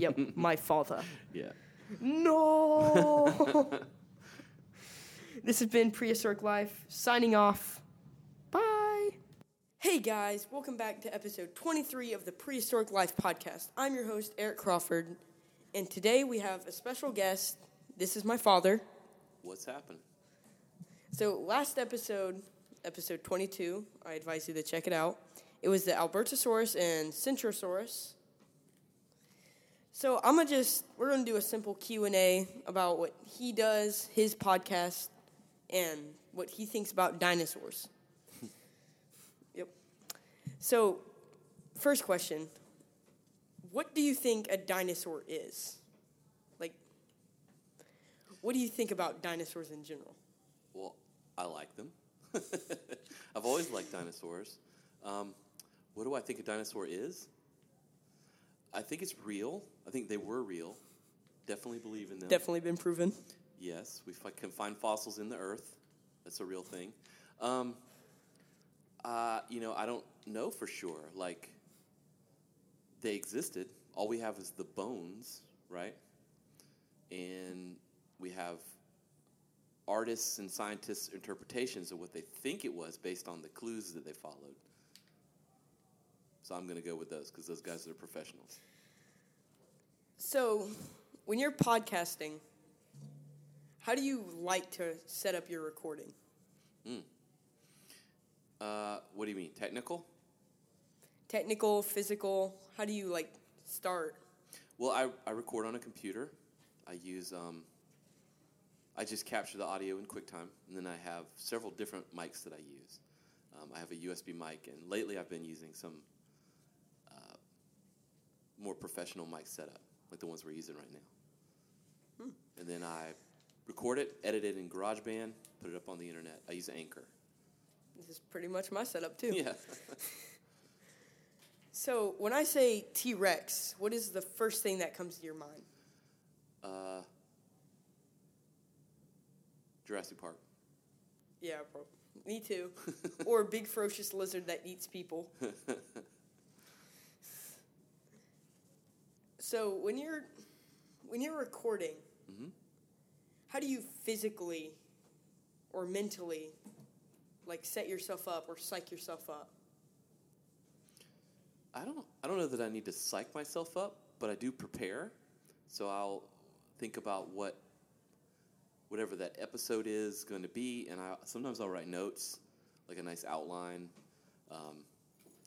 Speaker 1: yep, my father.
Speaker 2: Yeah.
Speaker 1: No! This has been Prehistoric Life, signing off. Bye. Hey guys, welcome back to episode 23 of the Prehistoric Life podcast. I'm your host, Eric Crawford, and today we have a special guest. This is my father.
Speaker 2: What's happening?
Speaker 1: So, last episode, episode 22, I advise you to check it out. It was the Albertosaurus and Centrosaurus. So, I'm going to just we're going to do a simple Q&A about what he does, his podcast, and what he thinks about dinosaurs. yep. So, first question, what do you think a dinosaur is? Like what do you think about dinosaurs in general?
Speaker 2: Well, I like them. I've always liked dinosaurs. Um, what do I think a dinosaur is? I think it's real. I think they were real. Definitely believe in them.
Speaker 1: Definitely been proven.
Speaker 2: Yes, we fi- can find fossils in the earth. That's a real thing. Um, uh, you know, I don't know for sure. Like, they existed, all we have is the bones, right? And we have artists and scientists' interpretations of what they think it was based on the clues that they followed. So I'm going to go with those because those guys are professionals.
Speaker 1: So, when you're podcasting, how do you like to set up your recording?
Speaker 2: Uh, what do you mean? Technical?
Speaker 1: Technical, physical, how do you like start?
Speaker 2: Well, I, I record on a computer. I use, um, I just capture the audio in QuickTime, and then I have several different mics that I use. Um, I have a USB mic, and lately I've been using some uh, more professional mic setup, like the ones we're using right now. And then I record it, edit it in GarageBand, put it up on the internet. I use Anchor.
Speaker 1: This is pretty much my setup too.
Speaker 2: Yeah.
Speaker 1: So, when I say T Rex, what is the first thing that comes to your mind?
Speaker 2: uh, Jurassic Park.
Speaker 1: Yeah, bro. Me too. or a big ferocious lizard that eats people. so when you're when you're recording,
Speaker 2: Mhm.
Speaker 1: how do you physically or mentally like set yourself up or psych yourself up?
Speaker 2: I don't I don't know that I need to psych myself up, but I do prepare. So I'll think about what whatever that episode is going to be, and I sometimes I'll write notes, like a nice outline, um,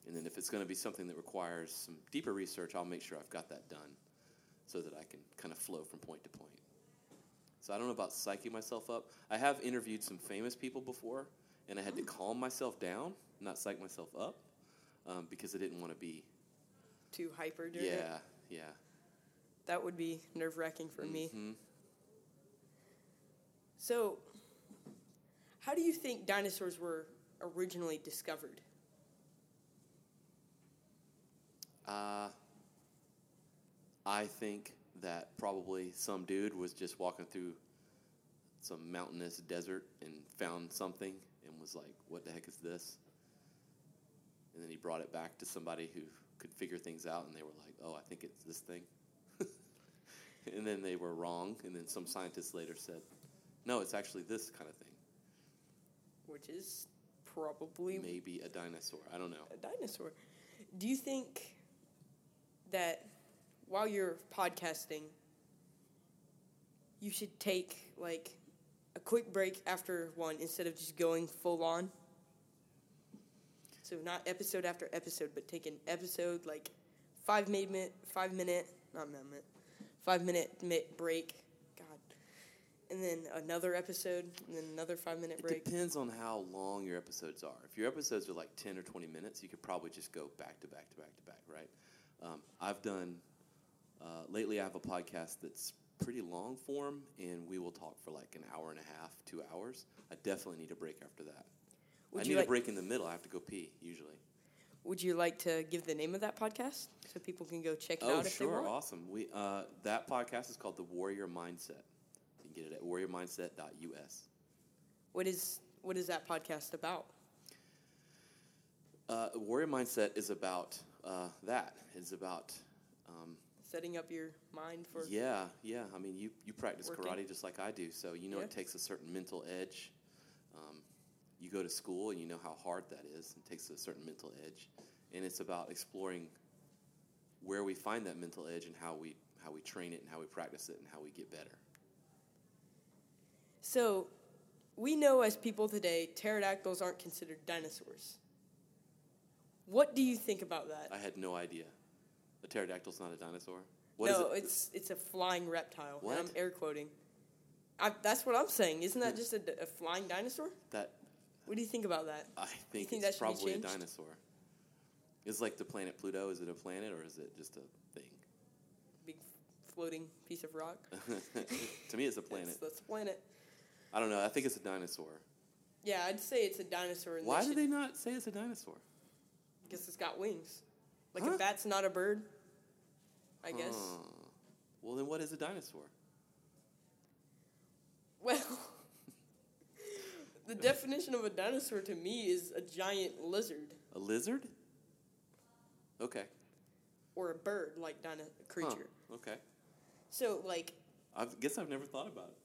Speaker 2: and then if it's going to be something that requires some deeper research, I'll make sure I've got that done, so that I can kind of flow from point to point. So I don't know about psyching myself up. I have interviewed some famous people before, and I had to calm myself down, not psych myself up, um, because I didn't want to be
Speaker 1: Too hyper during it?
Speaker 2: yeah, yeah.
Speaker 1: That would be nerve wracking for me.
Speaker 2: Mhm.
Speaker 1: So how do you think dinosaurs were originally discovered?
Speaker 2: Uh, I think that probably some dude was just walking through some mountainous desert and found something and was like, "What the heck is this?" And then he brought it back to somebody who could figure things out, and they were like, "Oh, I think it's this thing." and then they were wrong, and then some scientist later said, "No, it's actually this kind of thing.
Speaker 1: Which is probably
Speaker 2: Maybe a dinosaur. I don't know."
Speaker 1: a dinosaur. Do you think that while you're podcasting, you should take like a quick break after one instead of just going full on? So not episode after episode, but take an episode like five minute, five minute, not minute, five minute mi- break. God, and then another episode, and then another five minute
Speaker 2: It
Speaker 1: break.
Speaker 2: depends on how long your episodes are. If your episodes are like 10 or 20 minutes, you could probably just go back to back to back to back, right? Um, I've done, uh, lately I have a podcast that's pretty long form, and we will talk for like an hour and a half, two hours. I definitely need a break after that.
Speaker 1: Would
Speaker 2: I
Speaker 1: you
Speaker 2: need
Speaker 1: like-
Speaker 2: a break in the middle. I have to go pee, usually.
Speaker 1: Would you like to give the name of that podcast so people can go check it
Speaker 2: Oh,
Speaker 1: out if they
Speaker 2: sure.
Speaker 1: want?
Speaker 2: Awesome. We, uh, that podcast is called The Warrior Mindset. You can get it at warriormindset.us.
Speaker 1: What is what is that podcast about?
Speaker 2: Uh, warrior Mindset is about uh, that. It's about. Um,
Speaker 1: Setting up your mind for
Speaker 2: yeah yeah i mean you, you practice
Speaker 1: working.
Speaker 2: karate just like i do so you know
Speaker 1: Yeah.
Speaker 2: it takes a certain mental edge um, you go to school and you know how hard that is it takes a certain mental edge and it's about exploring where we find that mental edge and how we how we train it and how we practice it and how we get better
Speaker 1: So we know as people today, pterodactyls aren't considered dinosaurs. What do you think about that?
Speaker 2: i had no idea a pterodactyl's not a dinosaur What is
Speaker 1: no, it's it's a flying reptile. and
Speaker 2: What?
Speaker 1: I'm air quoting. I, that's what I'm saying. Isn't that just a, d- a flying dinosaur?
Speaker 2: that
Speaker 1: What do you think about that?
Speaker 2: i think,
Speaker 1: think that
Speaker 2: it's
Speaker 1: should be
Speaker 2: probably a
Speaker 1: changed?
Speaker 2: dinosaur it's like the planet pluto is it a planet or is it just a thing
Speaker 1: Big floating piece of rock.
Speaker 2: to me it's a
Speaker 1: That's,
Speaker 2: planet
Speaker 1: that's a planet.
Speaker 2: i don't know i think it's a dinosaur
Speaker 1: Yeah, I'd say it's a dinosaur. And
Speaker 2: Why
Speaker 1: should
Speaker 2: do they not say it's a dinosaur?
Speaker 1: Guess it's got wings. Like
Speaker 2: Huh? Hmm.
Speaker 1: a bat's not a bird. I guess.
Speaker 2: Huh. Well, then what is a dinosaur?
Speaker 1: Well, the definition of a dinosaur to me is a giant lizard.
Speaker 2: A lizard? Okay.
Speaker 1: or a bird like dino
Speaker 2: Huh,
Speaker 1: creature.
Speaker 2: Okay.
Speaker 1: So like
Speaker 2: I guess I've never thought about it.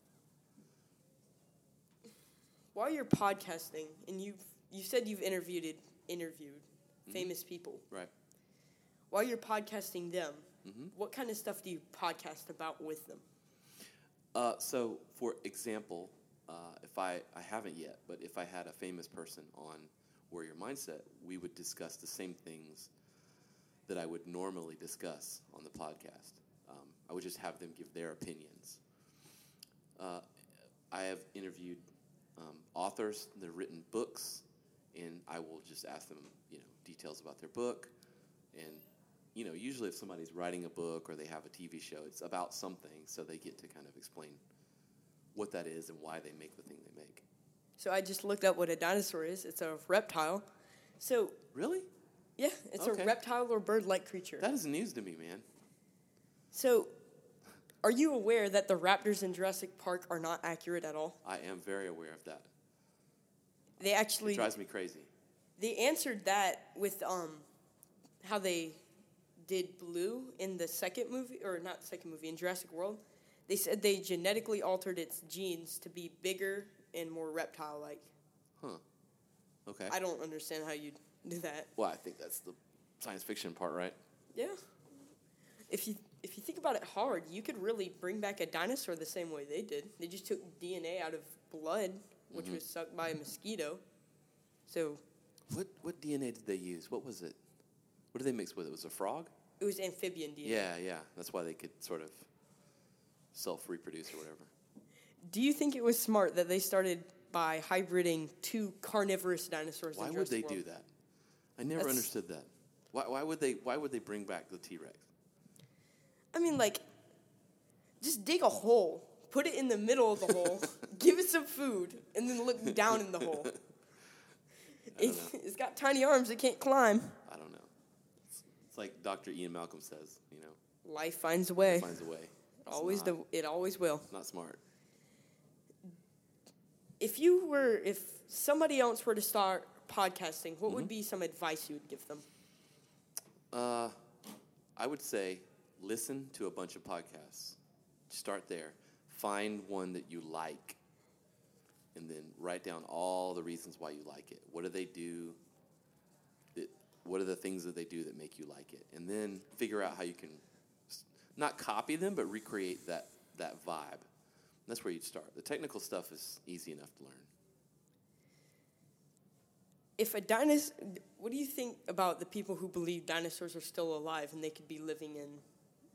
Speaker 1: while you're podcasting and you've you said you've interviewed interviewed
Speaker 2: Mhm.
Speaker 1: famous people.
Speaker 2: Right.
Speaker 1: While you're podcasting them,
Speaker 2: Mhm.
Speaker 1: what kind of stuff do you podcast about with them?
Speaker 2: Uh, so, for example, uh, if I, I haven't yet, but if I had a famous person on Warrior Mindset, we would discuss the same things that I would normally discuss on the podcast. Um, I would just have them give their opinions. Uh, I have interviewed um, authors that have written books, and I will just ask them, you know, details about their book. And, you know, usually if somebody's writing a book or they have a TV show, it's about something, so they get to kind of explain what that is and why they make the thing they make.
Speaker 1: So I just looked up what a dinosaur is. It's a reptile. So
Speaker 2: Really?
Speaker 1: yeah, it's
Speaker 2: Okay.
Speaker 1: a reptile or bird-like creature.
Speaker 2: That is news to me, man.
Speaker 1: so are you aware that the raptors in Jurassic Park are not accurate at all?
Speaker 2: I am very aware of that.
Speaker 1: They
Speaker 2: It
Speaker 1: actually
Speaker 2: drives me crazy.
Speaker 1: they answered that with um how they did blue in the second movie or not second movie in Jurassic World. They said they genetically altered its genes to be bigger and more reptile like.
Speaker 2: Huh. Okay.
Speaker 1: I don't understand how you do that.
Speaker 2: well, I think that's the science fiction part, right?
Speaker 1: Yeah. If you if you think about it hard, you could really bring back a dinosaur the same way they did. They just took DNA out of blood, which
Speaker 2: Mm-hmm.
Speaker 1: was sucked by a mosquito. So
Speaker 2: What what DNA did they use? What was it? What did they mix with? It was a frog?
Speaker 1: it was amphibian DNA.
Speaker 2: Yeah, yeah. That's why they could sort of self reproduce or whatever.
Speaker 1: Do you think it was smart that they started by hybriding two carnivorous dinosaurs?
Speaker 2: Why
Speaker 1: in
Speaker 2: would they
Speaker 1: Jurassic
Speaker 2: do
Speaker 1: World?
Speaker 2: that? I never
Speaker 1: That's-
Speaker 2: understood that. Why, why would they why would they bring back the T Rex?
Speaker 1: I mean, like, just dig a hole, put it in the middle of the hole, give it some food, and then look down in the hole. It,
Speaker 2: don't
Speaker 1: it's got tiny arms; it can't climb.
Speaker 2: I don't know. It's, it's like Dr. Ian Malcolm says, you know,
Speaker 1: Life finds a way.
Speaker 2: finds a way.
Speaker 1: Eh.
Speaker 2: It's
Speaker 1: always
Speaker 2: not,
Speaker 1: the it always will.
Speaker 2: it's not smart.
Speaker 1: If you were, if somebody else were to start podcasting, what
Speaker 2: Mm-hmm.
Speaker 1: would be some advice you would give them?
Speaker 2: Uh, I would say listen to a bunch of podcasts. Start there. Find one that you like. And then write down all the reasons why you like it. What do they do? That, what are the things that they do that make you like it? And then figure out how you can s- not copy them, but recreate that, that vibe. That's where you'd start. The technical stuff is easy enough to learn.
Speaker 1: If a dinosaur, what do you think about the people who believe dinosaurs are still alive and they could be living in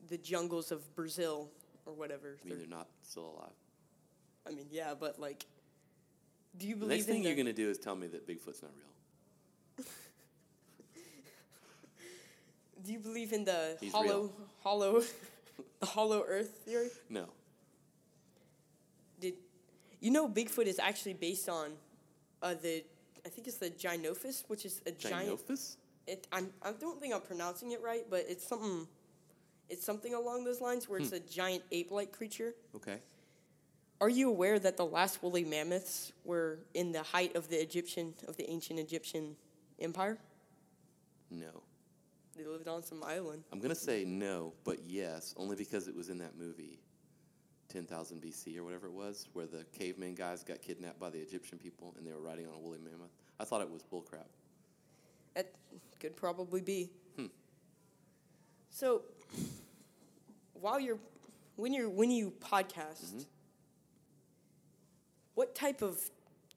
Speaker 1: the jungles of Brazil or whatever?
Speaker 2: I mean,
Speaker 1: They're-
Speaker 2: they're not still alive.
Speaker 1: I mean, yeah, but like, do you
Speaker 2: The
Speaker 1: believe
Speaker 2: next
Speaker 1: in
Speaker 2: thing you're
Speaker 1: them?
Speaker 2: going to do is tell me that Bigfoot's not real.
Speaker 1: Do you believe in the
Speaker 2: He's
Speaker 1: hollow, hollow, the hollow Earth theory?
Speaker 2: No.
Speaker 1: Did you know Bigfoot is actually based on uh, the? I think it's the Gynophis, which is a giant.
Speaker 2: Gynophis?
Speaker 1: It, I'm, I don't think I'm pronouncing it right, but it's something. It's something along those lines where
Speaker 2: Hmm.
Speaker 1: it's a giant ape-like creature.
Speaker 2: Okay.
Speaker 1: Are you aware that the last woolly mammoths were in the height of the Egyptian of the ancient Egyptian empire?
Speaker 2: No.
Speaker 1: They lived on some island.
Speaker 2: I'm gonna say no, but yes, only because it was in that movie, 10,000 BC or whatever it was, where the caveman guys got kidnapped by the Egyptian people and they were riding on a woolly mammoth. I thought it was bullcrap.
Speaker 1: That could probably be.
Speaker 2: Hmm.
Speaker 1: So, while you're when you're when you podcast,
Speaker 2: Mm-hmm.
Speaker 1: what type of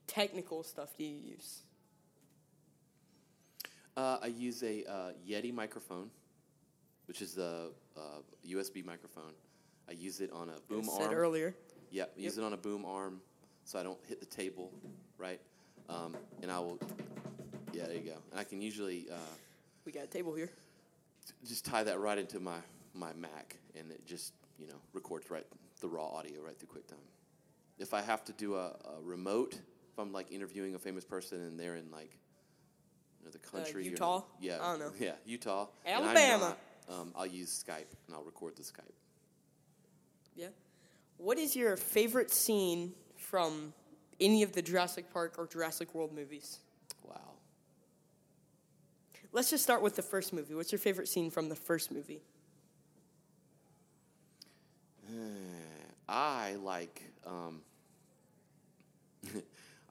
Speaker 1: technical stuff do you use?
Speaker 2: Uh, I use a uh, Yeti microphone, which is the uh, USB microphone. I use it on a boom
Speaker 1: I said
Speaker 2: arm.
Speaker 1: earlier.
Speaker 2: Yeah, use it on a boom arm so I don't hit the table, right? Um, and I will. Yeah, there you go. And I can usually. Uh,
Speaker 1: We got a table here.
Speaker 2: just tie that right into my, my Mac, and it just you know records right the raw audio right through QuickTime. If I have to do a, a remote, if I'm like interviewing a famous person and they're in like another country,
Speaker 1: Uh,
Speaker 2: or-
Speaker 1: Utah?
Speaker 2: yeah,
Speaker 1: I don't know.
Speaker 2: yeah, Utah, and I'm
Speaker 1: Alabama.
Speaker 2: not, um, I'll use Skype and I'll record the Skype.
Speaker 1: Yeah. What is your favorite scene from any of the Jurassic Park or Jurassic World movies?
Speaker 2: Wow,
Speaker 1: Let's just start with the first movie. What's your favorite scene from the first movie?
Speaker 2: I like um,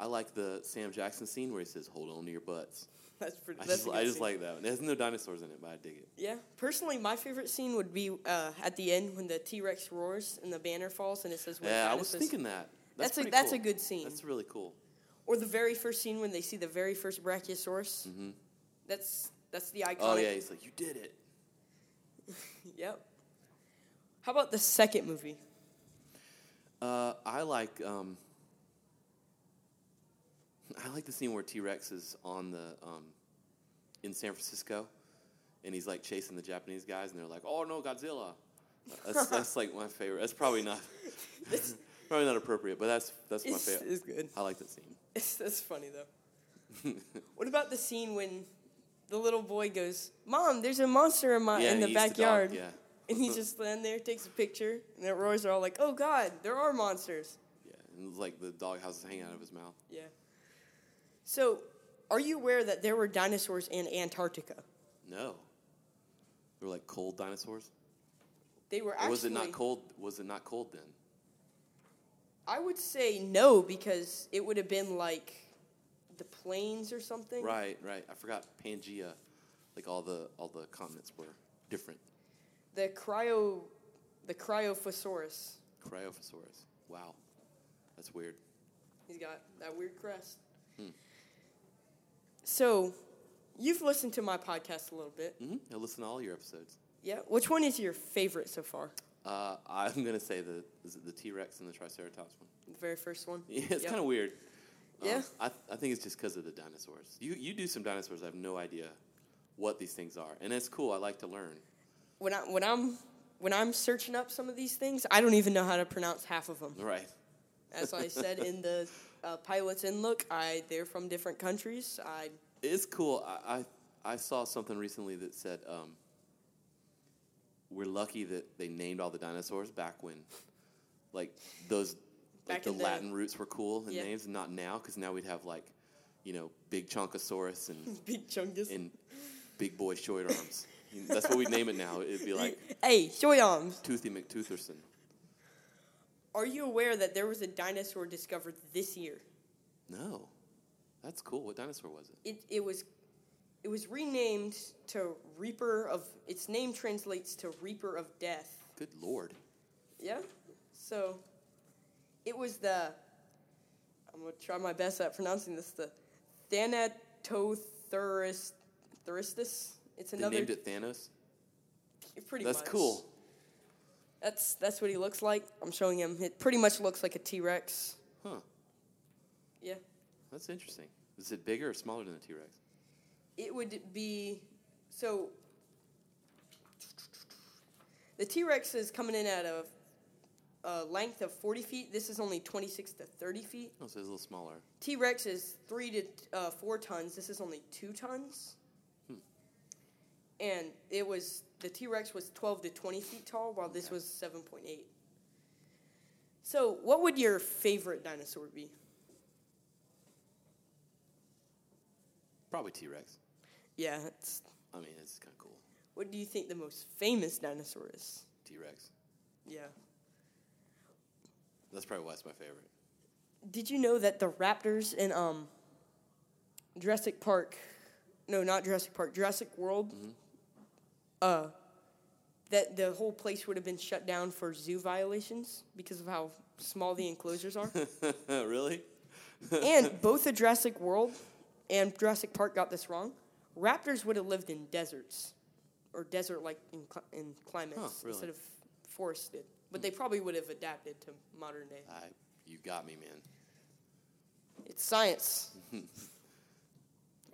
Speaker 2: I like the Sam Jackson scene where he says, "Hold on to your butts."
Speaker 1: That's pretty.
Speaker 2: I
Speaker 1: that's
Speaker 2: just,
Speaker 1: a good
Speaker 2: I just
Speaker 1: scene.
Speaker 2: like that one. There's no dinosaurs in it, but I dig it.
Speaker 1: Yeah, personally, my favorite scene would be uh, at the end when the T Rex roars and the banner falls and it says. "When
Speaker 2: yeah, I was
Speaker 1: dinosaurs-"
Speaker 2: thinking that.
Speaker 1: That's a-
Speaker 2: pretty
Speaker 1: that's
Speaker 2: cool.
Speaker 1: a good scene.
Speaker 2: That's really cool.
Speaker 1: Or the very first scene when they see the very first Brachiosaurus. That's that's the iconic.
Speaker 2: Mm-hmm. Oh yeah, he's like, "You did it."
Speaker 1: Yep. How about the second movie?
Speaker 2: Uh, I like um, I like the scene where T Rex is on the um, in San Francisco, and he's like chasing the Japanese guys, and they're like, "Oh no, Godzilla!" Uh, That's, that's like my favorite. That's probably not probably not appropriate, but that's that's my
Speaker 1: It's,
Speaker 2: favorite.
Speaker 1: it's good.
Speaker 2: I like that scene.
Speaker 1: It's, that's funny though. what about the scene when the little boy goes, "Mom, there's a monster in my Uh, in
Speaker 2: and
Speaker 1: the
Speaker 2: he eats dog,
Speaker 1: backyard,"
Speaker 2: yeah,
Speaker 1: and he just stand there, takes a picture, and the roars are all like, "Oh God, there are monsters."
Speaker 2: yeah, and it's like the dog house is hanging out of his mouth.
Speaker 1: Yeah. So, are you aware that there were dinosaurs in Antarctica?
Speaker 2: No, they were like cold dinosaurs.
Speaker 1: They were
Speaker 2: Or
Speaker 1: actually.
Speaker 2: was it not cold? Was it not cold then?
Speaker 1: I would say no because it would have been like the plains or something.
Speaker 2: Right, right. I forgot Pangea, like all the all the continents were different.
Speaker 1: The cryo, the cryophosaurus.
Speaker 2: Cryophosaurus. Wow, that's weird.
Speaker 1: He's got that weird crest.
Speaker 2: Hmm.
Speaker 1: So, you've listened to my podcast a little bit.
Speaker 2: hmm I listen to all your episodes.
Speaker 1: Yeah. Which one is your favorite so far?
Speaker 2: Uh, I'm gonna say the is it the T Rex and the Triceratops one.
Speaker 1: The very first one.
Speaker 2: Yeah, it's
Speaker 1: Yep.
Speaker 2: kind of weird. Um,
Speaker 1: Yeah.
Speaker 2: I, I think it's just because of the dinosaurs. You you do some dinosaurs. I have no idea what these things are, and it's cool. I like to learn.
Speaker 1: When I when I'm when I'm searching up some of these things, I don't even know how to pronounce half of them.
Speaker 2: Right.
Speaker 1: As I said in the uh, pilots in look, I they're from different countries. I
Speaker 2: It's cool. I, I I saw something recently that said um, we're lucky that they named all the dinosaurs back when, like those,
Speaker 1: Back
Speaker 2: like the
Speaker 1: in the-
Speaker 2: Latin roots were cool in
Speaker 1: Yeah.
Speaker 2: names, not now because now we'd have like, you know, big chonkosaurus and
Speaker 1: big chungus.
Speaker 2: and big boy short arms. That's what we name it now. It'd be like
Speaker 1: hey, Shoyams,
Speaker 2: Toothy McTootherson.
Speaker 1: are you aware that there was a dinosaur discovered this year?
Speaker 2: No, that's cool. What dinosaur was it?
Speaker 1: It it was it was renamed to Reaper of its name translates to Reaper of Death.
Speaker 2: Good lord.
Speaker 1: Yeah? So it was the I'm gonna try my best at pronouncing this, the Thanatothurus Thuristus. It's
Speaker 2: They
Speaker 1: another
Speaker 2: named it Thanos.
Speaker 1: pretty
Speaker 2: That's
Speaker 1: much.
Speaker 2: cool.
Speaker 1: That's that's what he looks like. I'm showing him. It pretty much looks like a T Rex.
Speaker 2: Huh.
Speaker 1: Yeah.
Speaker 2: That's interesting. Is it bigger or smaller than the T Rex?
Speaker 1: It would be so. The T Rex is coming in at a, a length of 40 feet. This is only 26 to 30 feet.
Speaker 2: Oh, so it's a little smaller.
Speaker 1: T Rex is three to uh, four tons. This is only two tons. Hmm. And it was the T Rex was 12 to 20 feet tall, while this
Speaker 2: Okay.
Speaker 1: was 7.8. So, what would your favorite dinosaur be?
Speaker 2: Probably T Rex.
Speaker 1: Yeah, it's,
Speaker 2: I mean, it's kind of cool.
Speaker 1: what do you think the most famous dinosaur is?
Speaker 2: T Rex.
Speaker 1: Yeah.
Speaker 2: That's probably why it's my favorite.
Speaker 1: Did you know that the Raptors in um, Jurassic Park, no, not Jurassic Park, Jurassic World,
Speaker 2: Mm-hmm.
Speaker 1: uh, that the whole place would have been shut down for zoo violations because of how small the enclosures are?
Speaker 2: really?
Speaker 1: and both the Jurassic World and Jurassic Park got this wrong. Raptors would have lived in deserts or desert like in, cl- in climates
Speaker 2: Huh, really? Hmm.
Speaker 1: instead of forested. But they probably would have adapted to modern day.
Speaker 2: I, you got me, man.
Speaker 1: It's science.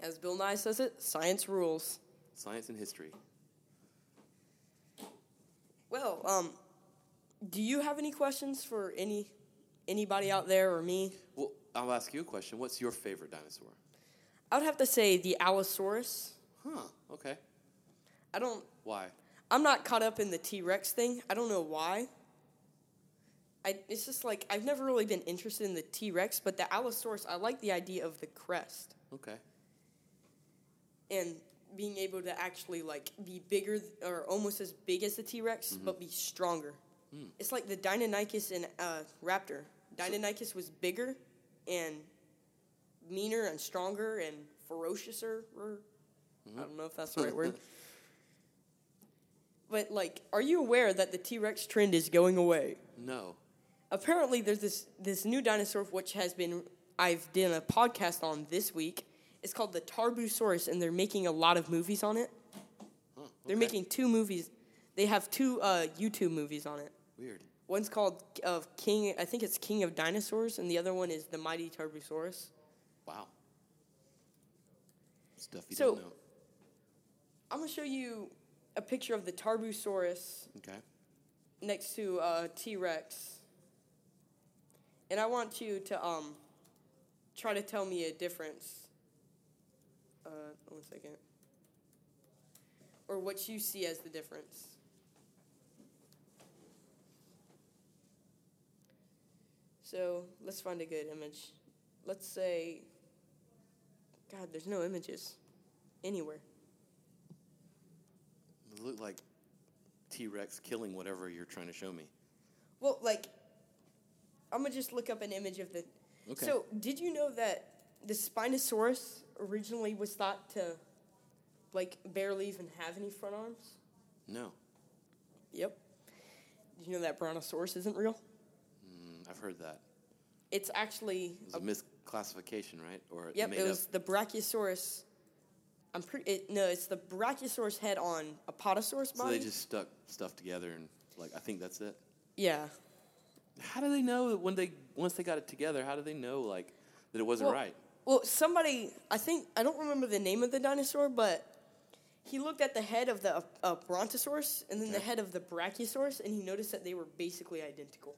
Speaker 1: As Bill Nye says it, science rules.
Speaker 2: Science and history.
Speaker 1: Well, um, do you have any questions for any anybody out there or me?
Speaker 2: Well, I'll ask you a question. What's your favorite dinosaur?
Speaker 1: I would have to say the Allosaurus.
Speaker 2: Huh. Okay.
Speaker 1: I don't.
Speaker 2: Why?
Speaker 1: I'm not caught up in the T Rex thing. I don't know why. I, it's just like I've never really been interested in the T Rex, but the Allosaurus. I like the idea of the crest
Speaker 2: Okay.
Speaker 1: and being able to actually like be bigger th- or almost as big as the T Rex, but be stronger. It's like the Deinonychus and uh, Raptor. Deinonychus was bigger and meaner and stronger and ferociouser. I don't know if that's the right word. But like, are you aware that the T Rex trend is going away?
Speaker 2: No.
Speaker 1: apparently there's this this new dinosaur which has been I've done a podcast on this week. It's called the Tarbosaurus, and they're making a lot of movies on it. They're
Speaker 2: okay.
Speaker 1: making two movies. They have two uh, YouTube movies on it.
Speaker 2: Weird.
Speaker 1: One's called of King. I think it's King of Dinosaurs, and the other one is the Mighty Tarbosaurus.
Speaker 2: Wow. Stuff you
Speaker 1: So-
Speaker 2: don't know.
Speaker 1: I'm gonna show you a picture of the Tarbosaurus
Speaker 2: Okay.
Speaker 1: next to uh, T Rex, and I want you to um, try to tell me a difference. Uh, one second. Or what you see as the difference. So let's find a good image. Let's say, God, there's no images anywhere.
Speaker 2: It looked like T Rex killing whatever you're trying to show me.
Speaker 1: Well, like, I'm gonna just look up an image of the.
Speaker 2: Okay.
Speaker 1: So, did you know that the Spinosaurus originally was thought to, like, barely even have any front arms?
Speaker 2: No.
Speaker 1: Yep. Did you know that Brontosaurus isn't real?
Speaker 2: Mm, I've heard that.
Speaker 1: It's actually.
Speaker 2: It was
Speaker 1: A,
Speaker 2: a misclassification, right? Or
Speaker 1: Oh. yep,
Speaker 2: made
Speaker 1: it was
Speaker 2: up.
Speaker 1: the Brachiosaurus. I'm pretty. It, no, it's the Brachiosaurus head on a Potosaurus
Speaker 2: So
Speaker 1: body.
Speaker 2: they just stuck stuff together and like I think that's it.
Speaker 1: yeah.
Speaker 2: How do they know that when they once they got it together? How do they know like that it wasn't
Speaker 1: Well-
Speaker 2: right?
Speaker 1: Well, somebody, I think, I don't remember the name of the dinosaur, but he looked at the head of the uh, uh, Brontosaurus and then the
Speaker 2: Okay.
Speaker 1: head of the Brachiosaurus, and he noticed that they were basically identical.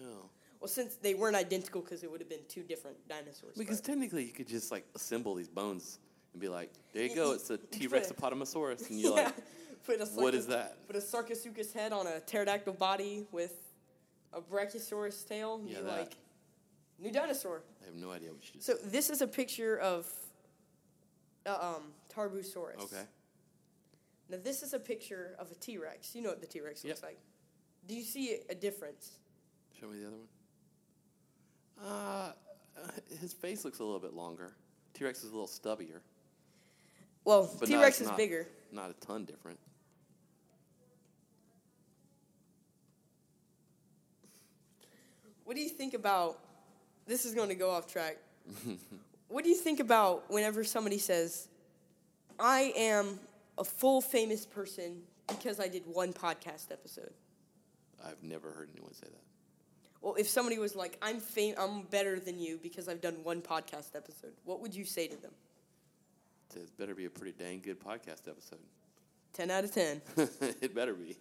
Speaker 2: No,
Speaker 1: Well, since they weren't identical, because it would have been two different dinosaurs.
Speaker 2: because
Speaker 1: but-
Speaker 2: technically you could just like assemble these bones and be like, there
Speaker 1: Y-
Speaker 2: you go,
Speaker 1: y-
Speaker 2: it's a
Speaker 1: but-
Speaker 2: T Rex Apatomosaurus, and you're
Speaker 1: Yeah.
Speaker 2: like,
Speaker 1: put a
Speaker 2: what
Speaker 1: sarco-
Speaker 2: is that?
Speaker 1: Put a Sarcosuchus head on a pterodactyl body with a Brachiosaurus tail. And
Speaker 2: Yeah,
Speaker 1: you're
Speaker 2: that.
Speaker 1: like, new dinosaur.
Speaker 2: I have no idea what you just.
Speaker 1: So this is a picture of uh, um, Tarbosaurus.
Speaker 2: okay.
Speaker 1: Now this is a picture of a T Rex. You know what the T Rex
Speaker 2: Yep.
Speaker 1: looks like. Do you see a difference?
Speaker 2: Show me the other one. Uh, his face looks a little bit longer. T Rex is a little stubbier,
Speaker 1: Well,
Speaker 2: but
Speaker 1: T
Speaker 2: not-
Speaker 1: Rex is
Speaker 2: not-
Speaker 1: bigger.
Speaker 2: Not a ton different.
Speaker 1: What do you think about? This is going to go off track. what do you think about whenever somebody says, "I am a full famous person because I did one podcast episode"?
Speaker 2: I've never heard anyone say that.
Speaker 1: Well, if somebody was like, "I'm fam- I'm better than you because I've done one podcast episode," what would you say to them?
Speaker 2: It says better be a pretty dang good podcast episode.
Speaker 1: Ten out of ten.
Speaker 2: it better be.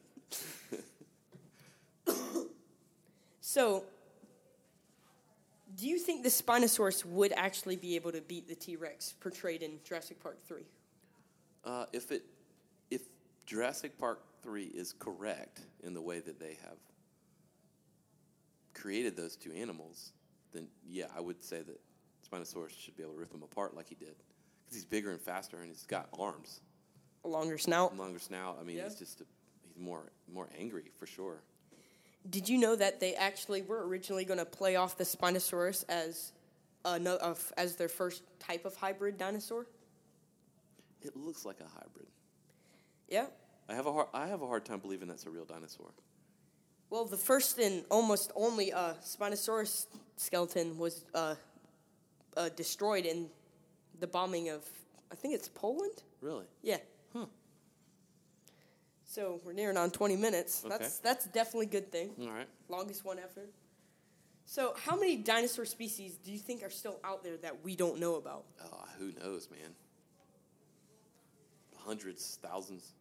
Speaker 1: So, do you think the Spinosaurus would actually be able to beat the T Rex portrayed in Jurassic Park 3?
Speaker 2: Uh, if it, if Jurassic Park three is correct in the way that they have created those two animals, then yeah, I would say that Spinosaurus should be able to rip him apart like he did, because he's bigger and faster and he's got arms,
Speaker 1: A longer snout.
Speaker 2: longer snout. I mean,
Speaker 1: Yeah.
Speaker 2: he's just a, he's more more angry for sure.
Speaker 1: Did you know that they actually were originally going to play off the Spinosaurus as, a, no- of, as their first type of hybrid dinosaur?
Speaker 2: It looks like a hybrid.
Speaker 1: Yeah.
Speaker 2: I have a hard, I have a hard time believing that's a real dinosaur.
Speaker 1: Well, the first and almost only uh, Spinosaurus skeleton was uh, uh, destroyed in the bombing of, I think it's Poland?
Speaker 2: Really?
Speaker 1: Yeah. Hmm.
Speaker 2: Huh.
Speaker 1: So we're nearing on 20 minutes.
Speaker 2: Okay.
Speaker 1: That's that's definitely a good thing.
Speaker 2: All right.
Speaker 1: Longest one ever. So how many dinosaur species do you think are still out there that we don't know about?
Speaker 2: Oh, who knows, man? Hundreds, thousands.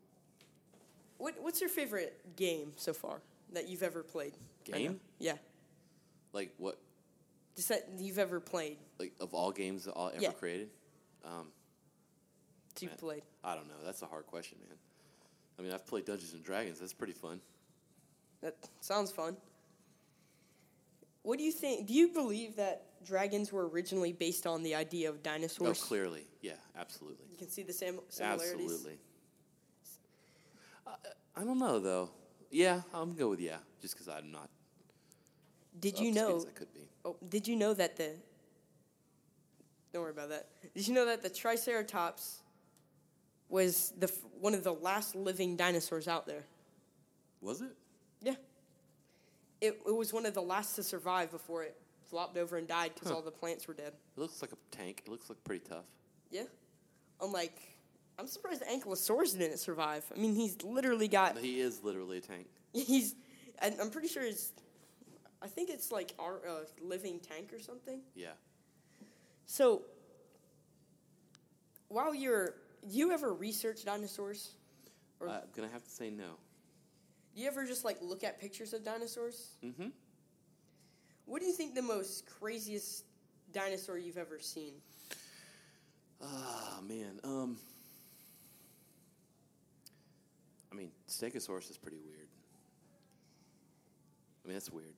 Speaker 1: What what's your favorite game so far that you've ever played? right
Speaker 2: Game?
Speaker 1: now? yeah.
Speaker 2: Like what?
Speaker 1: Just that you've ever played.
Speaker 2: Like of all games that all ever
Speaker 1: Yeah.
Speaker 2: created? Um,
Speaker 1: that You've
Speaker 2: Man.
Speaker 1: played.
Speaker 2: I don't know. That's a hard question, man. I mean, I've played Dungeons and Dragons. That's pretty fun.
Speaker 1: That sounds fun. What do you think? Do you believe that dragons were originally based on the idea of
Speaker 2: Oh,
Speaker 1: dinosaurs.
Speaker 2: clearly. Yeah, absolutely.
Speaker 1: You can see the same similarities.
Speaker 2: Absolutely. I, I don't know, though. Yeah, I'm going to go with yeah, just because I'm not
Speaker 1: Did
Speaker 2: up
Speaker 1: you
Speaker 2: to speed
Speaker 1: know?
Speaker 2: as I could be.
Speaker 1: Oh, did you know that the? Don't worry about that. Did you know that the Triceratops was the f- one of the last living dinosaurs out there?
Speaker 2: Was it?
Speaker 1: Yeah. It it was one of the last to survive before it flopped over and died because all the plants were dead.
Speaker 2: It looks like a tank. It looks like pretty tough.
Speaker 1: Yeah. Unlike, I'm surprised Ankylosaurus didn't survive. I mean, he's literally got
Speaker 2: He is literally a tank.
Speaker 1: he's. And I'm pretty sure it's. I think it's like our uh, living tank or something.
Speaker 2: Yeah.
Speaker 1: So, while you're, you ever research dinosaurs? Or
Speaker 2: I'm going to Uh, have to say no.
Speaker 1: you ever just like look at pictures of dinosaurs?
Speaker 2: Mm-hmm.
Speaker 1: What do you think the most craziest dinosaur you've ever seen?
Speaker 2: Ah, man. Um, I mean, Stegosaurus is pretty weird. I mean, that's weird.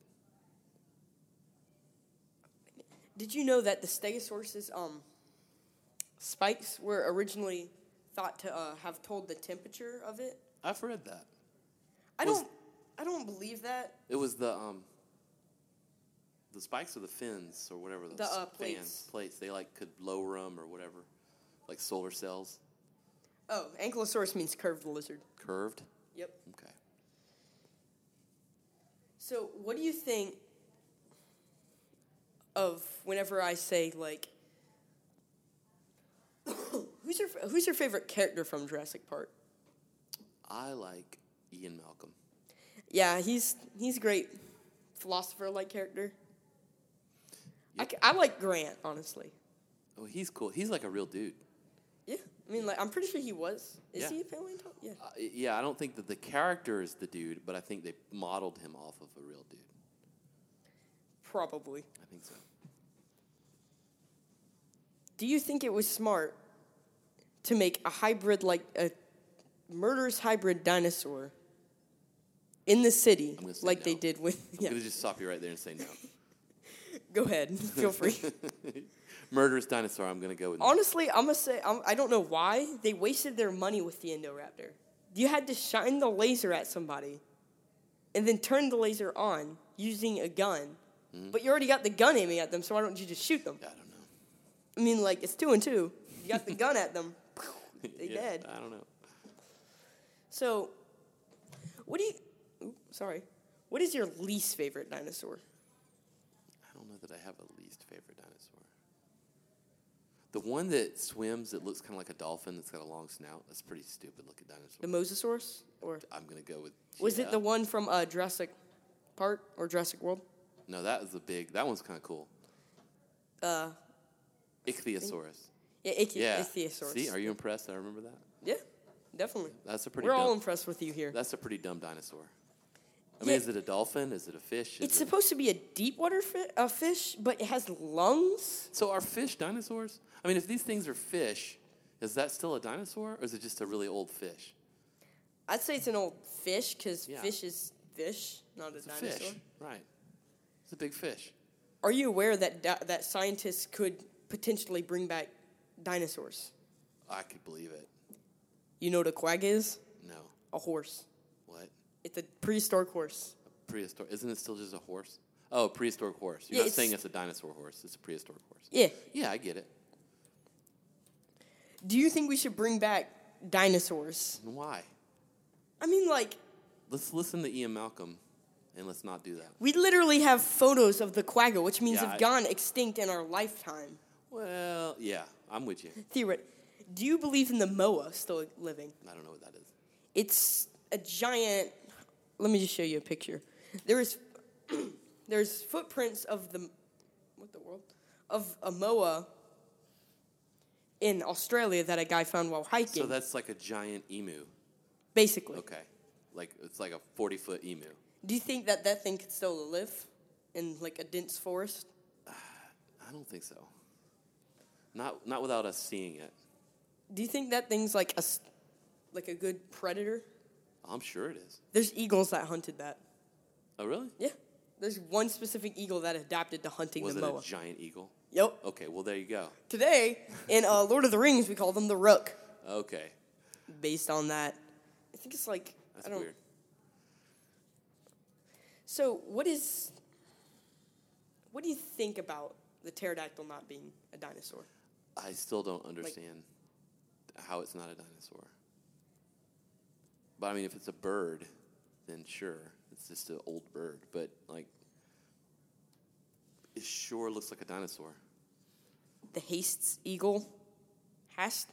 Speaker 1: Did you know that the Stegosaurus's um, spikes were originally thought to uh, have told the temperature of it?
Speaker 2: I've read that.
Speaker 1: I
Speaker 2: Was-
Speaker 1: don't, I don't believe that.
Speaker 2: It was the um, the spikes or the fins or whatever those
Speaker 1: The, uh,
Speaker 2: fans-
Speaker 1: plates.
Speaker 2: plates. They like could lower them or whatever, like solar cells,
Speaker 1: Oh, Ankylosaurus means curved lizard.
Speaker 2: curved.
Speaker 1: Yep.
Speaker 2: Okay.
Speaker 1: So, what do you think of whenever I say like, who's your who's your favorite character from Jurassic Park?
Speaker 2: I like Ian Malcolm.
Speaker 1: Yeah, he's he's a great philosopher like character. I c I I, like Grant honestly.
Speaker 2: Oh, he's cool. He's like a real dude.
Speaker 1: Yeah, I mean like I'm pretty sure he was. Is
Speaker 2: Yeah.
Speaker 1: he a paleontologist? Yeah.
Speaker 2: Uh, yeah, I don't think that the character is the dude, but I think they modeled him off of a real dude.
Speaker 1: Probably.
Speaker 2: I think so.
Speaker 1: Do you think it was smart to make a hybrid like a murderous hybrid dinosaur in the city
Speaker 2: I'm gonna say
Speaker 1: like they
Speaker 2: no.
Speaker 1: did with
Speaker 2: I'm
Speaker 1: yeah.
Speaker 2: gonna just stop you right there and say no.
Speaker 1: Go ahead. Feel free.
Speaker 2: Murderous dinosaur. I'm gonna go with. no.
Speaker 1: Honestly, I'm gonna say I'm, I don't know why they wasted their money with the Indoraptor. You had to shine the laser at somebody, and then turn the laser on using a gun. But you already got the gun aiming at them, so why don't you just shoot them?
Speaker 2: I don't know.
Speaker 1: I mean, like it's two and two. You got the gun at them. They
Speaker 2: Yeah,
Speaker 1: dead.
Speaker 2: I don't know.
Speaker 1: So, what do you? Oop, sorry. What is your least favorite dinosaur?
Speaker 2: I don't know that I have a least favorite dinosaur. The one that swims that looks kind of like a dolphin that's got a long snout. That's a pretty stupid looking dinosaur.
Speaker 1: The Mosasaurus, or
Speaker 2: I'm gonna go with.
Speaker 1: was
Speaker 2: yeah.
Speaker 1: it the one from uh, Jurassic Park or Jurassic World?
Speaker 2: No, that is a big. That one's kind of cool.
Speaker 1: Uh,
Speaker 2: Ichthyosaurus.
Speaker 1: yeah, Ichi-
Speaker 2: Yeah.
Speaker 1: Ichthyosaurus.
Speaker 2: See, are you impressed? I remember that.
Speaker 1: Yeah, definitely.
Speaker 2: That's a pretty.
Speaker 1: We're
Speaker 2: dumb,
Speaker 1: all impressed with you here.
Speaker 2: That's a pretty dumb dinosaur. I
Speaker 1: Yeah.
Speaker 2: mean, is it a dolphin? Is it a fish? Is
Speaker 1: It's
Speaker 2: it-
Speaker 1: supposed to be a deep water fi- uh, fish, but it has lungs.
Speaker 2: So are fish dinosaurs? I mean, if these things are fish, is that still a dinosaur, or is it just a really old fish?
Speaker 1: I'd say it's an old fish because
Speaker 2: Yeah.
Speaker 1: fish is fish, not a
Speaker 2: It's a
Speaker 1: dinosaur.
Speaker 2: fish, right? It's a big fish.
Speaker 1: Are you aware that di- that scientists could potentially bring back dinosaurs?
Speaker 2: I could believe it.
Speaker 1: You know what a quag is?
Speaker 2: No,
Speaker 1: A horse.
Speaker 2: what?
Speaker 1: It's a prehistoric horse.
Speaker 2: A prehistoric? Isn't it still just a horse? Oh, a prehistoric horse. You're
Speaker 1: Yeah,
Speaker 2: not saying
Speaker 1: it's-
Speaker 2: it's a dinosaur horse. It's a prehistoric horse.
Speaker 1: Yeah.
Speaker 2: Yeah, I get it.
Speaker 1: Do you think we should bring back dinosaurs?
Speaker 2: And why?
Speaker 1: I mean, like,
Speaker 2: Let's listen to Ian Malcolm, and let's not do that.
Speaker 1: we literally have photos of the quagga, which means
Speaker 2: Yeah,
Speaker 1: have
Speaker 2: I-
Speaker 1: gone extinct in our lifetime.
Speaker 2: Well, yeah, I'm with you.
Speaker 1: Theoret. Do you believe in the moa still living?
Speaker 2: I don't know what that is.
Speaker 1: It's a giant. Let me just show you a picture. There is, there's footprints of the, what the world, of a moa. In Australia, that a guy found while hiking,
Speaker 2: So that's like a giant emu.
Speaker 1: basically.
Speaker 2: Okay, like it's like a 40 foot emu.
Speaker 1: Do you think that that thing could still live in like a dense forest?
Speaker 2: I don't think so. Not not without us seeing it.
Speaker 1: Do you think that thing's like a s- like a good predator?
Speaker 2: Oh, I'm sure it is.
Speaker 1: There's eagles that hunted that.
Speaker 2: Oh really?
Speaker 1: Yeah. There's one specific eagle that adapted to hunting
Speaker 2: Was
Speaker 1: the
Speaker 2: it
Speaker 1: moa.
Speaker 2: a giant eagle?
Speaker 1: yep.
Speaker 2: Okay, well, there you go.
Speaker 1: Today, in uh, Lord of the Rings, we call them the rook,
Speaker 2: Okay,
Speaker 1: based on that. I think it's like
Speaker 2: that's
Speaker 1: I don't.
Speaker 2: weird.
Speaker 1: So, what is? What do you think about the pterodactyl not being a dinosaur?
Speaker 2: I still don't understand how it's not a dinosaur. But I mean, if it's a bird, then sure, it's just an old bird. But like, it sure looks like a dinosaur.
Speaker 1: The Haste's eagle, Hast.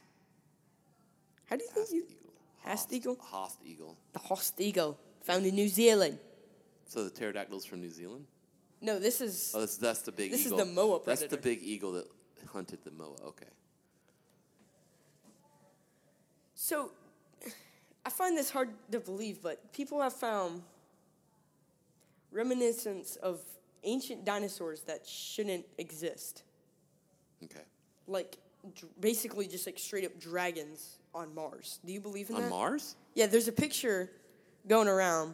Speaker 1: How do you think
Speaker 2: Hast
Speaker 1: you?
Speaker 2: eagle.
Speaker 1: Hast eagle?
Speaker 2: Hast eagle.
Speaker 1: The Hast eagle, found in New Zealand.
Speaker 2: So the pterodactyl's from New Zealand.
Speaker 1: No, this is
Speaker 2: Oh, that's, that's the big.
Speaker 1: This is
Speaker 2: eagle.
Speaker 1: the moa
Speaker 2: That's the
Speaker 1: predator.
Speaker 2: big eagle that hunted the moa. Okay.
Speaker 1: so. I find this hard to believe, but people have found reminiscence of ancient dinosaurs that shouldn't exist.
Speaker 2: Okay.
Speaker 1: like dr- basically just like straight up dragons on Mars. Do you believe in
Speaker 2: On
Speaker 1: that?
Speaker 2: Mars?
Speaker 1: Yeah, there's a picture going around.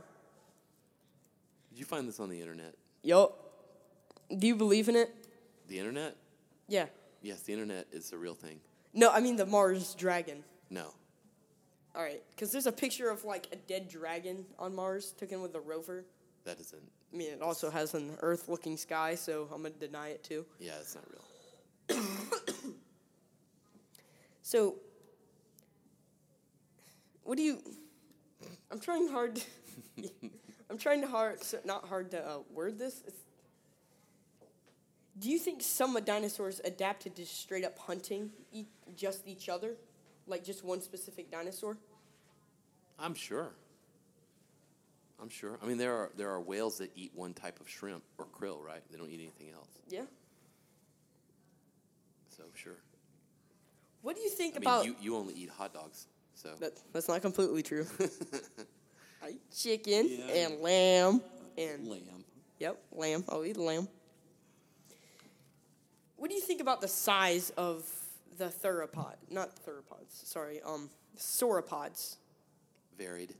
Speaker 2: Did you find this on the internet?
Speaker 1: Yup. Do you believe in it?
Speaker 2: The internet?
Speaker 1: Yeah.
Speaker 2: Yes, the internet is the real thing.
Speaker 1: No, I mean the Mars dragon.
Speaker 2: No.
Speaker 1: All right, because there's a picture of like a dead dragon on Mars taken with a rover.
Speaker 2: That isn't.
Speaker 1: I mean, it also has an Earth-looking sky, so I'm gonna deny it too.
Speaker 2: Yeah, it's not real.
Speaker 1: So, what do you? I'm trying hard. I'm trying to hard, so not hard to uh, word this. It's, do you think some of dinosaurs adapted to straight up hunting eat just each other, like just one specific dinosaur?
Speaker 2: I'm sure. I'm sure. I mean, there are there are whales that eat one type of shrimp or krill, right? They don't eat anything else.
Speaker 1: Yeah.
Speaker 2: So sure.
Speaker 1: What do you think
Speaker 2: I
Speaker 1: about?
Speaker 2: mean, you, you only eat hot dogs. So
Speaker 1: that, that's not completely true. I eat chicken
Speaker 2: Yeah.
Speaker 1: and lamb and
Speaker 2: lamb.
Speaker 1: Yep, lamb. I'll eat lamb. What do you think about the size of the theropod? Not theropods. Sorry, um, sauropods.
Speaker 2: Varied.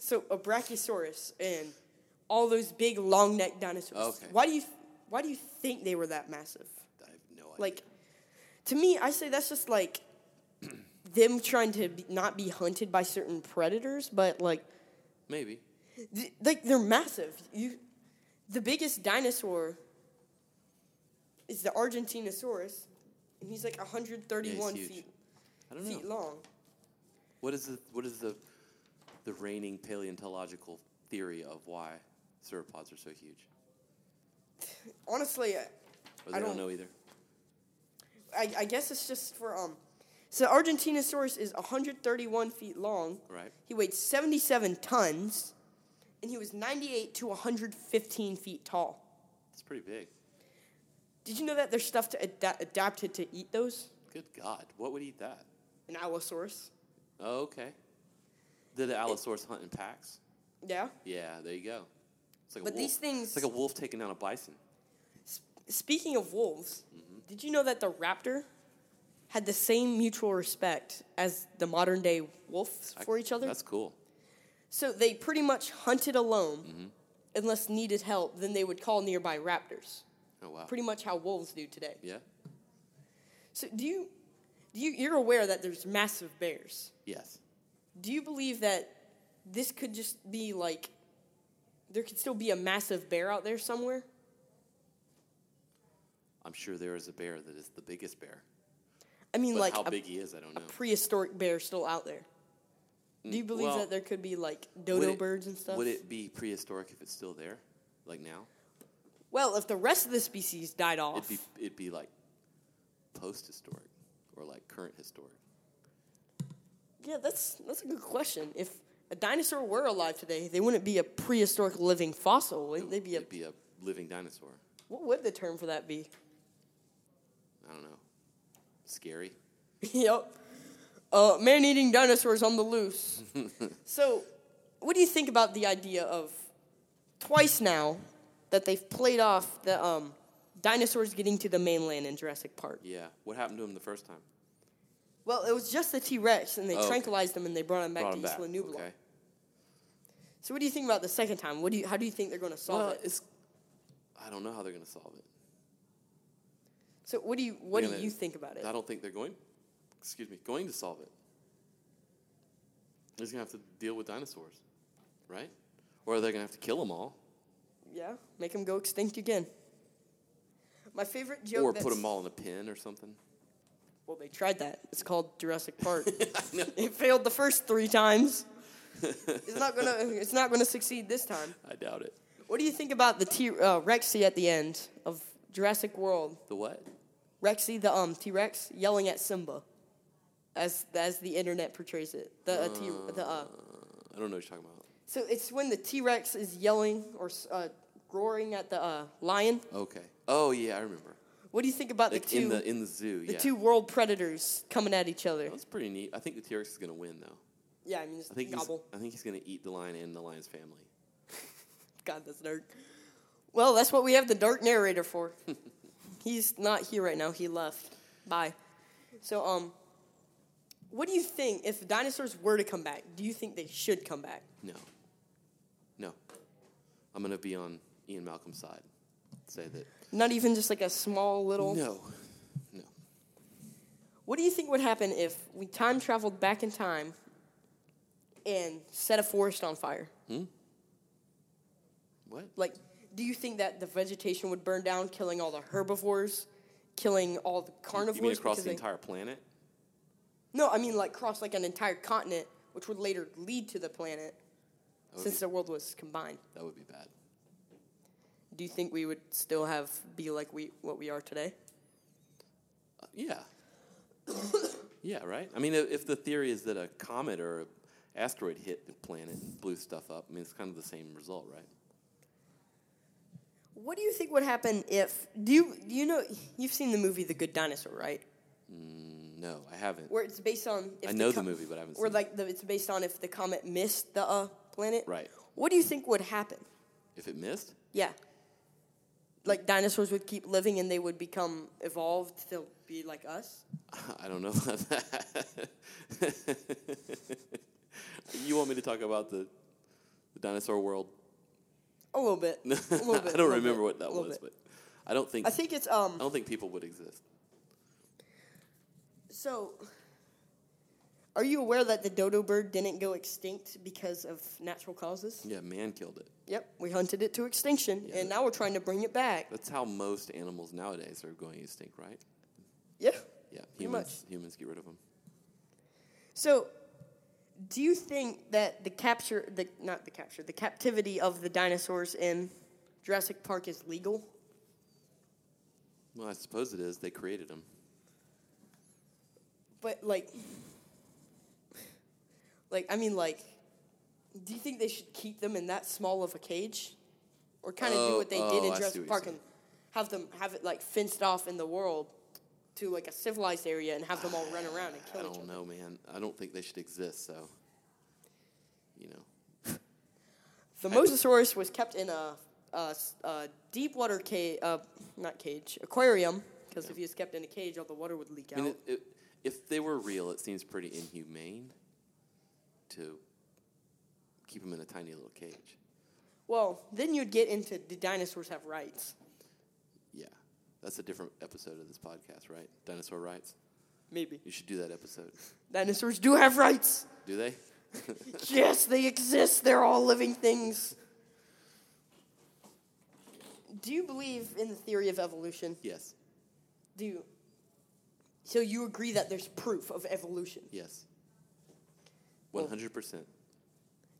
Speaker 1: So a brachiosaurus and all those big long-necked dinosaurs.
Speaker 2: Okay.
Speaker 1: Why do you Why do you think they were that massive?
Speaker 2: I have no idea.
Speaker 1: Like, to me, I say that's just like them trying to be, not be hunted by certain predators, but like
Speaker 2: maybe.
Speaker 1: Th- like they're massive. You, the biggest dinosaur is the Argentinosaurus, and he's like 131
Speaker 2: huge.
Speaker 1: feet
Speaker 2: I don't know.
Speaker 1: feet long.
Speaker 2: What is the what is the the reigning paleontological theory of why sauropods are so huge?
Speaker 1: Honestly, I,
Speaker 2: Or
Speaker 1: I
Speaker 2: they don't,
Speaker 1: don't-
Speaker 2: know either.
Speaker 1: I, I guess it's just for um. So Argentinosaurus is 131 feet long.
Speaker 2: Right.
Speaker 1: He weighed 77 tons, and he was 98 to 115 feet tall.
Speaker 2: It's pretty big.
Speaker 1: Did you know that there's stuff to ada- adapted to eat those?
Speaker 2: Good God, what would eat that?
Speaker 1: An allosaurus.
Speaker 2: Oh, okay. Did the allosaurus hunt in packs?
Speaker 1: Yeah.
Speaker 2: Yeah, there you go. It's like
Speaker 1: But
Speaker 2: a wolf.
Speaker 1: these things-
Speaker 2: It's like a wolf taking down a bison.
Speaker 1: Speaking of wolves, did you know that the raptor had the same mutual respect as the modern day wolves
Speaker 2: I-
Speaker 1: for each other?
Speaker 2: That's cool.
Speaker 1: So they pretty much hunted alone unless needed help, then they would call nearby raptors.
Speaker 2: Oh wow.
Speaker 1: Pretty much how wolves do today.
Speaker 2: yeah.
Speaker 1: So do you do you you're aware that there's massive bears?
Speaker 2: Yes.
Speaker 1: Do you believe that this could just be like there could still be a massive bear out there somewhere?
Speaker 2: I'm sure there is a bear that is the biggest bear.
Speaker 1: I mean
Speaker 2: But
Speaker 1: like
Speaker 2: how
Speaker 1: a
Speaker 2: big he is, I don't
Speaker 1: a
Speaker 2: know.
Speaker 1: prehistoric bear still out there. Do you believe
Speaker 2: Mm, well,
Speaker 1: that there could be like
Speaker 2: Would
Speaker 1: dodo
Speaker 2: it-
Speaker 1: birds and stuff?
Speaker 2: Would it be prehistoric if it's still there, like now?
Speaker 1: well, if the rest of the species died
Speaker 2: It'd
Speaker 1: off,
Speaker 2: be it'd be like post-historic or like current historic.
Speaker 1: yeah, that's that's a good question. If a dinosaur were alive today, they wouldn't be a prehistoric living fossil. Wouldn't they be a
Speaker 2: it'd be a living dinosaur.
Speaker 1: what would the term for that be?
Speaker 2: I don't know. Scary.
Speaker 1: yep, uh, man-eating dinosaurs on the loose. so, what do you think about the idea of twice now that they've played off the um, dinosaurs getting to the mainland in Jurassic Park?
Speaker 2: Yeah. What happened to him the first time?
Speaker 1: Well, it was just the T Rex, and they
Speaker 2: Oh, okay.
Speaker 1: tranquilized him and they brought him back
Speaker 2: Brought
Speaker 1: to
Speaker 2: him
Speaker 1: East
Speaker 2: back.
Speaker 1: Nublar.
Speaker 2: Okay.
Speaker 1: So what do you think about the second time? What do you? How do you think they're going to solve
Speaker 2: Well,
Speaker 1: it?
Speaker 2: it's I don't know how they're going to solve it.
Speaker 1: So what do you? What
Speaker 2: They're
Speaker 1: do
Speaker 2: gonna-
Speaker 1: you think about it?
Speaker 2: I don't think they're going. Excuse me, going to solve it. They're just going to have to deal with dinosaurs, right? Or they're going to have to kill them all,
Speaker 1: Yeah, make them go extinct again. My favorite joke.
Speaker 2: or
Speaker 1: that's,
Speaker 2: put them all in a pen or something.
Speaker 1: Well, they tried that. It's called Jurassic Park.
Speaker 2: I know.
Speaker 1: it failed the first three times. It's not gonna. It's not gonna succeed this time.
Speaker 2: I doubt it.
Speaker 1: What do you think about the T uh, Rexy at the end of Jurassic World?
Speaker 2: The what?
Speaker 1: Rexy, the um T Rex, yelling at Simba, as as the internet portrays it. The uh, T the uh,
Speaker 2: I don't know what you're talking about.
Speaker 1: so it's when the T Rex is yelling or s- uh, roaring at the uh, lion.
Speaker 2: Okay. Oh yeah, I remember.
Speaker 1: What do you think about
Speaker 2: Like
Speaker 1: the two
Speaker 2: in the in the zoo.
Speaker 1: the
Speaker 2: yeah.
Speaker 1: two world predators coming at each other?
Speaker 2: That was pretty neat. I think the T Rex is going to win though.
Speaker 1: Yeah, I mean, just
Speaker 2: I think he's,
Speaker 1: gobble.
Speaker 2: I think he's going to eat the lion and the lion's family.
Speaker 1: God, that's dark. Well, that's what we have the dark narrator for. He's not here right now. He left. Bye. So, um, what do you think if dinosaurs were to come back? Do you think they should come back?
Speaker 2: No. No. I'm going to be on Ian Malcolm's side. Say that.
Speaker 1: Not even just like a small little.
Speaker 2: No. No.
Speaker 1: What do you think would happen if we time traveled back in time and set a forest on fire?
Speaker 2: What?
Speaker 1: Like, do you think that the vegetation would burn down, killing all the herbivores, killing all the carnivores?
Speaker 2: You mean across
Speaker 1: because
Speaker 2: the
Speaker 1: they-
Speaker 2: entire planet?
Speaker 1: No, I mean like cross like an entire continent, which would later lead to the planet,
Speaker 2: That would,
Speaker 1: since
Speaker 2: be,
Speaker 1: the world was combined.
Speaker 2: that would be bad.
Speaker 1: Do you think we would still have be like we what we are today?
Speaker 2: Uh, yeah. yeah, right? I mean, if, if the theory is that a comet or an asteroid hit the planet and blew stuff up, I mean, it's kind of the same result, right?
Speaker 1: What do you think would happen if do you do you know you've seen the movie The Good Dinosaur, right?
Speaker 2: Mm, no, I haven't.
Speaker 1: Where it's based on if
Speaker 2: I know the
Speaker 1: com-
Speaker 2: movie, but I haven't
Speaker 1: Where
Speaker 2: seen it.
Speaker 1: like the, it's based on if the comet missed the uh, planet.
Speaker 2: Right.
Speaker 1: What do you think would happen?
Speaker 2: If it missed?
Speaker 1: Yeah. Like dinosaurs would keep living and they would become evolved to be like us.
Speaker 2: I don't know about that. you want me to talk about the, the dinosaur world?
Speaker 1: A little bit. a little bit.
Speaker 2: I don't
Speaker 1: a little
Speaker 2: remember
Speaker 1: bit,
Speaker 2: what that
Speaker 1: a little
Speaker 2: was,
Speaker 1: bit.
Speaker 2: but I don't think
Speaker 1: I
Speaker 2: I,
Speaker 1: think it's um.
Speaker 2: don't think people would exist.
Speaker 1: So, are you aware that the dodo bird didn't go extinct because of natural causes?
Speaker 2: Yeah, man killed it.
Speaker 1: Yep, we hunted it to extinction,
Speaker 2: Yeah.
Speaker 1: and now we're trying to bring it back.
Speaker 2: That's how most animals nowadays are going extinct, right?
Speaker 1: Yeah.
Speaker 2: Yeah,
Speaker 1: Pretty much.
Speaker 2: humans humans get rid of them.
Speaker 1: So, do you think that the capture, the not the capture, the captivity of the dinosaurs in Jurassic Park is legal?
Speaker 2: Well, I suppose it is. They created them.
Speaker 1: But like, like I mean, like, do you think they should keep them in that small of a cage, or kind of do
Speaker 2: Oh,
Speaker 1: what they
Speaker 2: oh,
Speaker 1: did
Speaker 2: I see
Speaker 1: in
Speaker 2: what
Speaker 1: Jurassic
Speaker 2: you're
Speaker 1: Park
Speaker 2: saying.
Speaker 1: and have them have it like fenced off in the world to like a civilized area and have them all run around and
Speaker 2: I
Speaker 1: kill each
Speaker 2: don't
Speaker 1: other?
Speaker 2: know, man. I don't think they should exist. So, you know,
Speaker 1: The
Speaker 2: I-
Speaker 1: Mosasaurus was kept in a, a s- a deep water cage, uh, not cage, aquarium. Because if he was kept in a cage, all the water would leak
Speaker 2: I mean,
Speaker 1: out.
Speaker 2: it, it, if they were real, it seems pretty inhumane to keep them in a tiny little cage.
Speaker 1: Well, then you'd get into do dinosaurs have rights?
Speaker 2: Yeah, that's a different episode of this podcast, right? Dinosaur rights.
Speaker 1: Maybe
Speaker 2: You should do that episode.
Speaker 1: dinosaurs do have rights.
Speaker 2: Do they?
Speaker 1: Yes, they exist. They're all living things. Do you believe in the theory of evolution?
Speaker 2: Yes.
Speaker 1: Do you? So you agree that there's proof of evolution?
Speaker 2: Yes.
Speaker 1: Well-
Speaker 2: One hundred percent.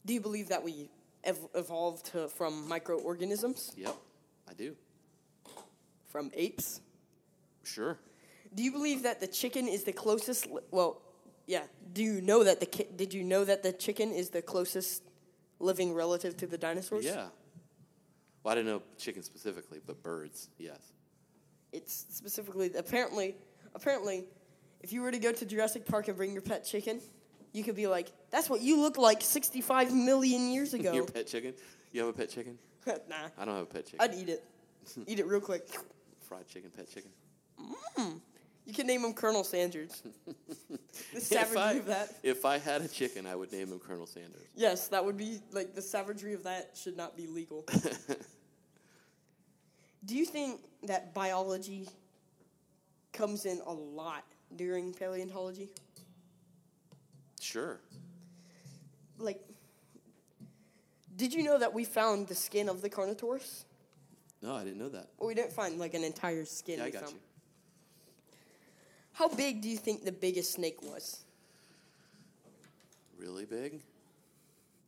Speaker 1: Do you believe that we ev- evolved to, from microorganisms,
Speaker 2: Yep, I do.
Speaker 1: from apes?
Speaker 2: Sure.
Speaker 1: Do you believe that the chicken is the closest? Li- well, yeah. Do you know that the ki- did you know that the chicken is the closest living relative to the dinosaurs?
Speaker 2: Yeah. Well, I don't know chicken specifically, but birds. Yes.
Speaker 1: It's specifically apparently apparently if you were to go to Jurassic Park and bring your pet chicken, you could be like, "That's what you looked like 65 million years
Speaker 2: Your
Speaker 1: ago."
Speaker 2: pet chicken? You have a pet chicken?
Speaker 1: nah,
Speaker 2: I don't have a pet chicken.
Speaker 1: I'd eat it. eat it real quick.
Speaker 2: Fried chicken, pet chicken.
Speaker 1: You can name him Colonel Sanders. The savagery
Speaker 2: I,
Speaker 1: of that.
Speaker 2: If I had a chicken, I would name him Colonel Sanders.
Speaker 1: Yes, that would be like the savagery of that should not be legal. Do you think that biology comes in a lot during paleontology?
Speaker 2: Sure.
Speaker 1: Like, did you know that we found the skin of the Carnotaurus?
Speaker 2: No, I didn't know that.
Speaker 1: Well, we didn't find like an entire skin.
Speaker 2: Yeah, I
Speaker 1: we
Speaker 2: got
Speaker 1: found-
Speaker 2: you.
Speaker 1: How big do you think the biggest snake was?
Speaker 2: Really big?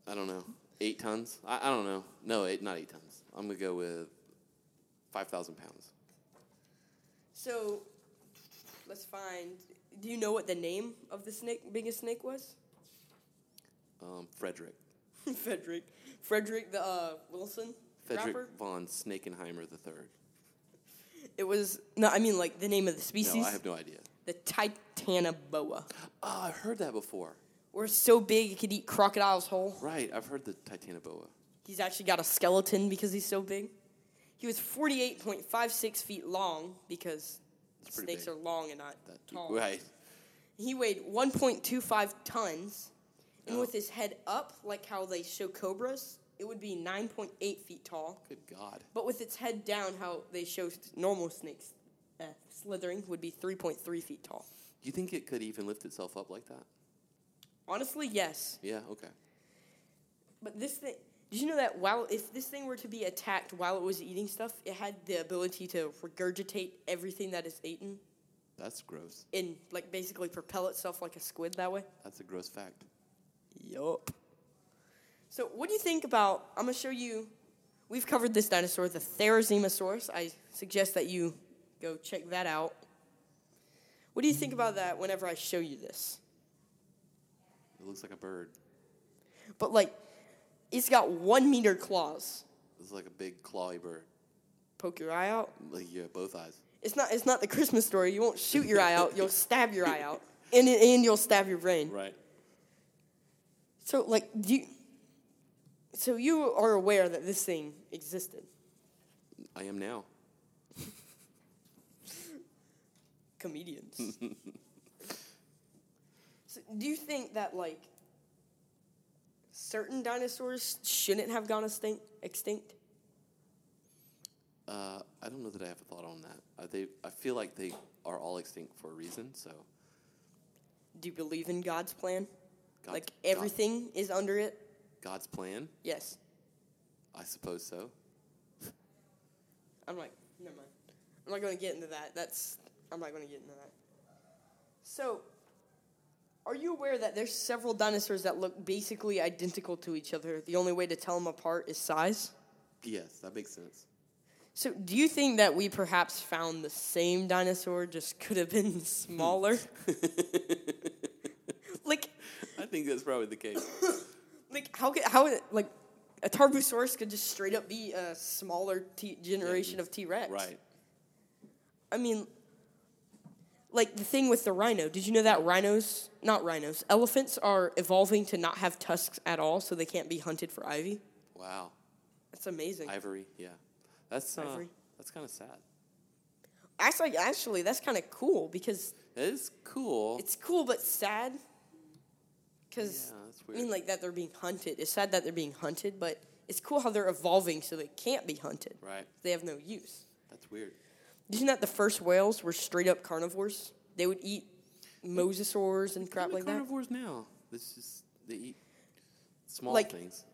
Speaker 2: I don't know. Eight tons? I, I don't know. No, eight, not eight tons. I'm going to go with 5,000 pounds.
Speaker 1: So, let's find. Do you know what the name of the snake, biggest snake was?
Speaker 2: Um, Frederick.
Speaker 1: Frederick. Frederick the uh, Wilson
Speaker 2: Frederick
Speaker 1: rapper.
Speaker 2: von Snakenheimer III.
Speaker 1: It was no, I mean like the name of the species.
Speaker 2: No, I have no idea.
Speaker 1: the Titanoboa.
Speaker 2: Oh, I've heard that before.
Speaker 1: Or so big it could eat crocodile's whole.
Speaker 2: Right, I've heard the Titanoboa.
Speaker 1: He's actually got a skeleton because he's so big. He was 48.56 feet long because
Speaker 2: That's pretty
Speaker 1: snakes
Speaker 2: big.
Speaker 1: are long and not
Speaker 2: That,
Speaker 1: tall.
Speaker 2: Right.
Speaker 1: He weighed 1.25 tons, and
Speaker 2: Oh.
Speaker 1: with his head up, like how they show cobras, it would be 9.8 feet tall.
Speaker 2: Good God.
Speaker 1: But with its head down, how they show s- normal snakes uh, slithering would be 3.3 feet tall.
Speaker 2: Do you think it could even lift itself up like that?
Speaker 1: Honestly, yes.
Speaker 2: Yeah, okay.
Speaker 1: But this thing, did you know that while if this thing were to be attacked while it was eating stuff, it had the ability to regurgitate everything that is eaten
Speaker 2: That's gross.
Speaker 1: and like basically propel itself like a squid that way?
Speaker 2: That's a gross fact.
Speaker 1: Yup. So, what do you think about? I'm gonna show you. We've covered this dinosaur, the Therizinosaurus. I suggest that you go check that out. What do you think about that? Whenever I show you this,
Speaker 2: It looks like a bird.
Speaker 1: but like, it's got one meter claws.
Speaker 2: It's like a big clawy bird.
Speaker 1: Poke your eye out.
Speaker 2: Like yeah, both eyes.
Speaker 1: It's not. It's not the Christmas story. You won't shoot your eye out. You'll stab your eye out, and and you'll stab your brain.
Speaker 2: Right.
Speaker 1: So like do you. So you are aware that this thing existed.
Speaker 2: I am now.
Speaker 1: comedians. so, do you think that like certain dinosaurs shouldn't have gone extinct? Extinct?
Speaker 2: Uh, I don't know that I have a thought on that. Uh, they, I feel like they are all extinct for a reason. So
Speaker 1: Do you believe in God's plan?
Speaker 2: God's-
Speaker 1: like
Speaker 2: God-
Speaker 1: everything is under it.
Speaker 2: God's plan,
Speaker 1: Yes.
Speaker 2: I suppose so.
Speaker 1: I'm like, never mind. I'm not going to get into that. That's I'm not going to get into that. So, are you aware that there's several dinosaurs that look basically identical to each other? The only way to tell them apart is size.
Speaker 2: Yes, that makes sense.
Speaker 1: So, do you think that we perhaps found the same dinosaur, just could have been smaller? like,
Speaker 2: I think that's probably the case.
Speaker 1: like how could how is it- like a Tarbosaurus could just straight up be a smaller t- generation of T Rex?
Speaker 2: right.
Speaker 1: I mean, like the thing with the rhino. Did you know that rhinos, not rhinos, elephants are evolving to not have tusks at all, so they can't be hunted for ivy?
Speaker 2: Wow.
Speaker 1: That's amazing.
Speaker 2: Ivory. Yeah. That's uh,
Speaker 1: Ivory.
Speaker 2: that's kind of sad.
Speaker 1: Actually, actually, that's kind of cool because
Speaker 2: It is cool.
Speaker 1: it's cool but sad because
Speaker 2: Yeah, that's
Speaker 1: i mean
Speaker 2: weird.
Speaker 1: like that they're being hunted it's sad that they're being hunted but it's cool how they're evolving so they can't be hunted
Speaker 2: right.
Speaker 1: they have no use
Speaker 2: That's weird.
Speaker 1: did you know that the first whales were straight up carnivores they would eat mosasaurs and crap
Speaker 2: Kinda
Speaker 1: like that
Speaker 2: carnivores now. This is they eat small
Speaker 1: Like-
Speaker 2: things.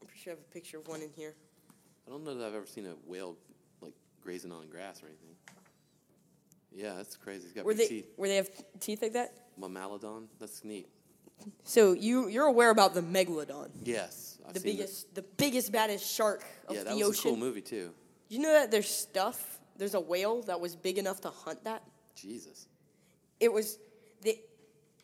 Speaker 1: i'm pretty sure i have a picture of one in here
Speaker 2: I don't know that I've ever seen a whale like grazing on grass or anything. Yeah, that's crazy. It's got
Speaker 1: where
Speaker 2: big
Speaker 1: they
Speaker 2: teeth.
Speaker 1: where they have teeth like that
Speaker 2: Mammalodon. That's neat.
Speaker 1: so you you're aware about the megalodon
Speaker 2: Yes, I've
Speaker 1: the
Speaker 2: seen that.
Speaker 1: biggest the biggest baddest shark of
Speaker 2: Yeah,
Speaker 1: the
Speaker 2: that was
Speaker 1: ocean
Speaker 2: a cool movie too.
Speaker 1: you know that there's stuff there's a whale that was big enough to hunt that
Speaker 2: Jesus,
Speaker 1: It was they,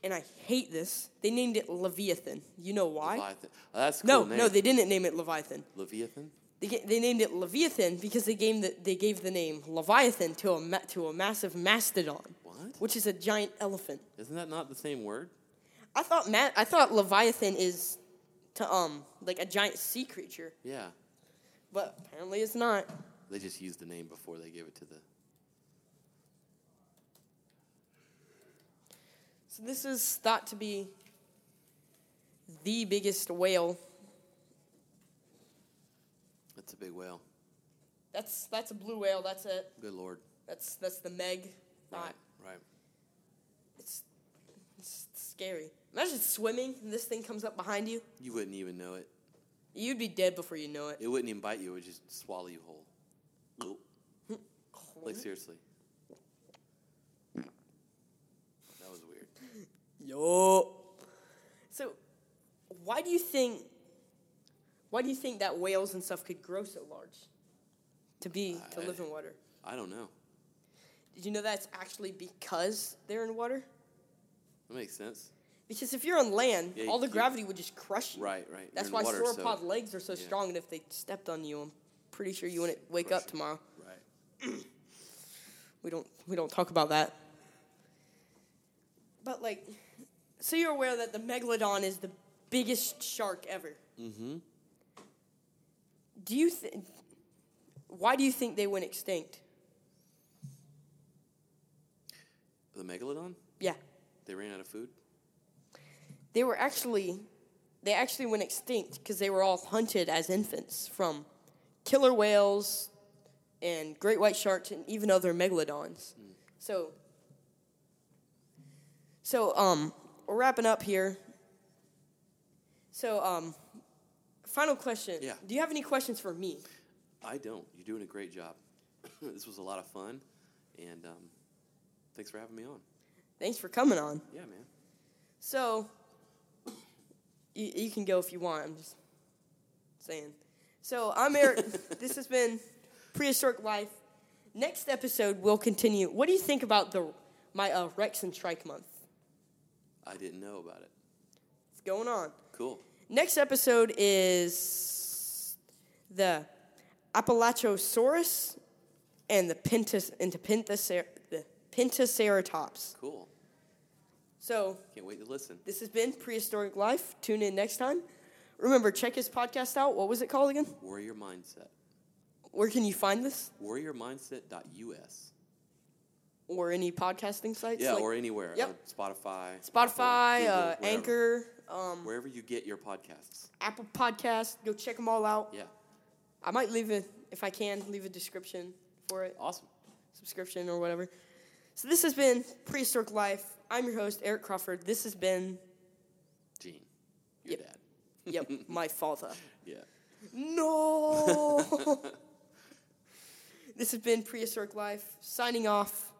Speaker 1: and I hate this. They named it Leviathan. You know why?
Speaker 2: Leviathan. Oh, that's a cool
Speaker 1: No,
Speaker 2: name.
Speaker 1: no, they didn't name it Leviathan.
Speaker 2: Leviathan.
Speaker 1: They, ga- they named it Leviathan because they gave the, they gave the name Leviathan to a ma- to a massive mastodon,
Speaker 2: What?
Speaker 1: which is a giant elephant.
Speaker 2: Isn't that not the same word?
Speaker 1: I thought ma- I thought Leviathan is to um like a giant sea creature,
Speaker 2: Yeah,
Speaker 1: but apparently it's not.
Speaker 2: they just used the name before they gave it to the.
Speaker 1: So this is thought to be the biggest whale.
Speaker 2: That's a big whale.
Speaker 1: That's that's a blue whale. That's it.
Speaker 2: Good lord.
Speaker 1: That's that's the Meg. Not
Speaker 2: Right. right.
Speaker 1: it's, it's scary. Imagine swimming and this thing comes up behind you.
Speaker 2: You wouldn't even know it.
Speaker 1: You'd be dead before you know it.
Speaker 2: It wouldn't even bite you. It would just swallow you whole. Oop. Like
Speaker 1: Mm-hmm.
Speaker 2: seriously. That was weird.
Speaker 1: Yo. So, why do you think? Why do you think that whales and stuff could grow so large? To be to
Speaker 2: I-
Speaker 1: live in water.
Speaker 2: I don't know.
Speaker 1: Did you know that's actually because they're in water?
Speaker 2: That makes sense.
Speaker 1: Because if you're on land,
Speaker 2: Yeah,
Speaker 1: all the
Speaker 2: you-
Speaker 1: gravity would just crush you.
Speaker 2: Right, right. You're
Speaker 1: That's
Speaker 2: in
Speaker 1: why
Speaker 2: water, so-
Speaker 1: sauropod legs are so
Speaker 2: yeah.
Speaker 1: strong, and if they stepped on you, I'm pretty sure you wouldn't wake up
Speaker 2: Crush you.
Speaker 1: tomorrow.
Speaker 2: Right.
Speaker 1: We don't we don't talk about that. But like, so you're aware that the megalodon is the biggest shark ever.
Speaker 2: Mm-hmm.
Speaker 1: Do you th- why do you think they went extinct?
Speaker 2: The megalodon?
Speaker 1: Yeah.
Speaker 2: They ran out of food?
Speaker 1: They were actually they actually went extinct because they were all hunted as infants from killer whales and great white sharks and even other megalodons. So So um we're wrapping up here. So um final question.
Speaker 2: Yeah.
Speaker 1: Do you have any questions for me?
Speaker 2: I don't. You're doing a great job. this was a lot of fun. And um, thanks for having me on.
Speaker 1: Thanks for coming on.
Speaker 2: Yeah, man.
Speaker 1: So, you, you can go if you want. I'm just saying. So, I'm Eric. this has been Prehistoric Life. Next episode, we'll continue. What do you think about the my uh, Rex and Trike month?
Speaker 2: I didn't know about it.
Speaker 1: What's going on?
Speaker 2: Cool.
Speaker 1: Next episode is the Apalachosaurus and the Pentas and the, Pentacer, the Pentaceratops.
Speaker 2: Cool.
Speaker 1: So,
Speaker 2: Can't wait to listen.
Speaker 1: This has been Prehistoric Life. Tune in next time. Remember, check his podcast out. What was it called again?
Speaker 2: Warrior Mindset.
Speaker 1: Where can you find this?
Speaker 2: Warriormindset.us.
Speaker 1: Or any podcasting sites?
Speaker 2: Yeah,
Speaker 1: like
Speaker 2: or anywhere.
Speaker 1: Yep.
Speaker 2: on Spotify.
Speaker 1: Spotify,
Speaker 2: Apple,
Speaker 1: uh,
Speaker 2: Google, wherever.
Speaker 1: Anchor, um,
Speaker 2: Wherever you get your podcasts.
Speaker 1: Apple Podcast. Go check them all out.
Speaker 2: Yeah.
Speaker 1: I might leave it, if I can, leave a description for it,
Speaker 2: Awesome.
Speaker 1: subscription or whatever. So this has been Prehistoric Life. I'm your host, Eric Crawford. This has been,
Speaker 2: Gene. Your
Speaker 1: Yep.
Speaker 2: dad.
Speaker 1: yep, my father.
Speaker 2: Yeah.
Speaker 1: No! this has been Prehistoric Life, signing off.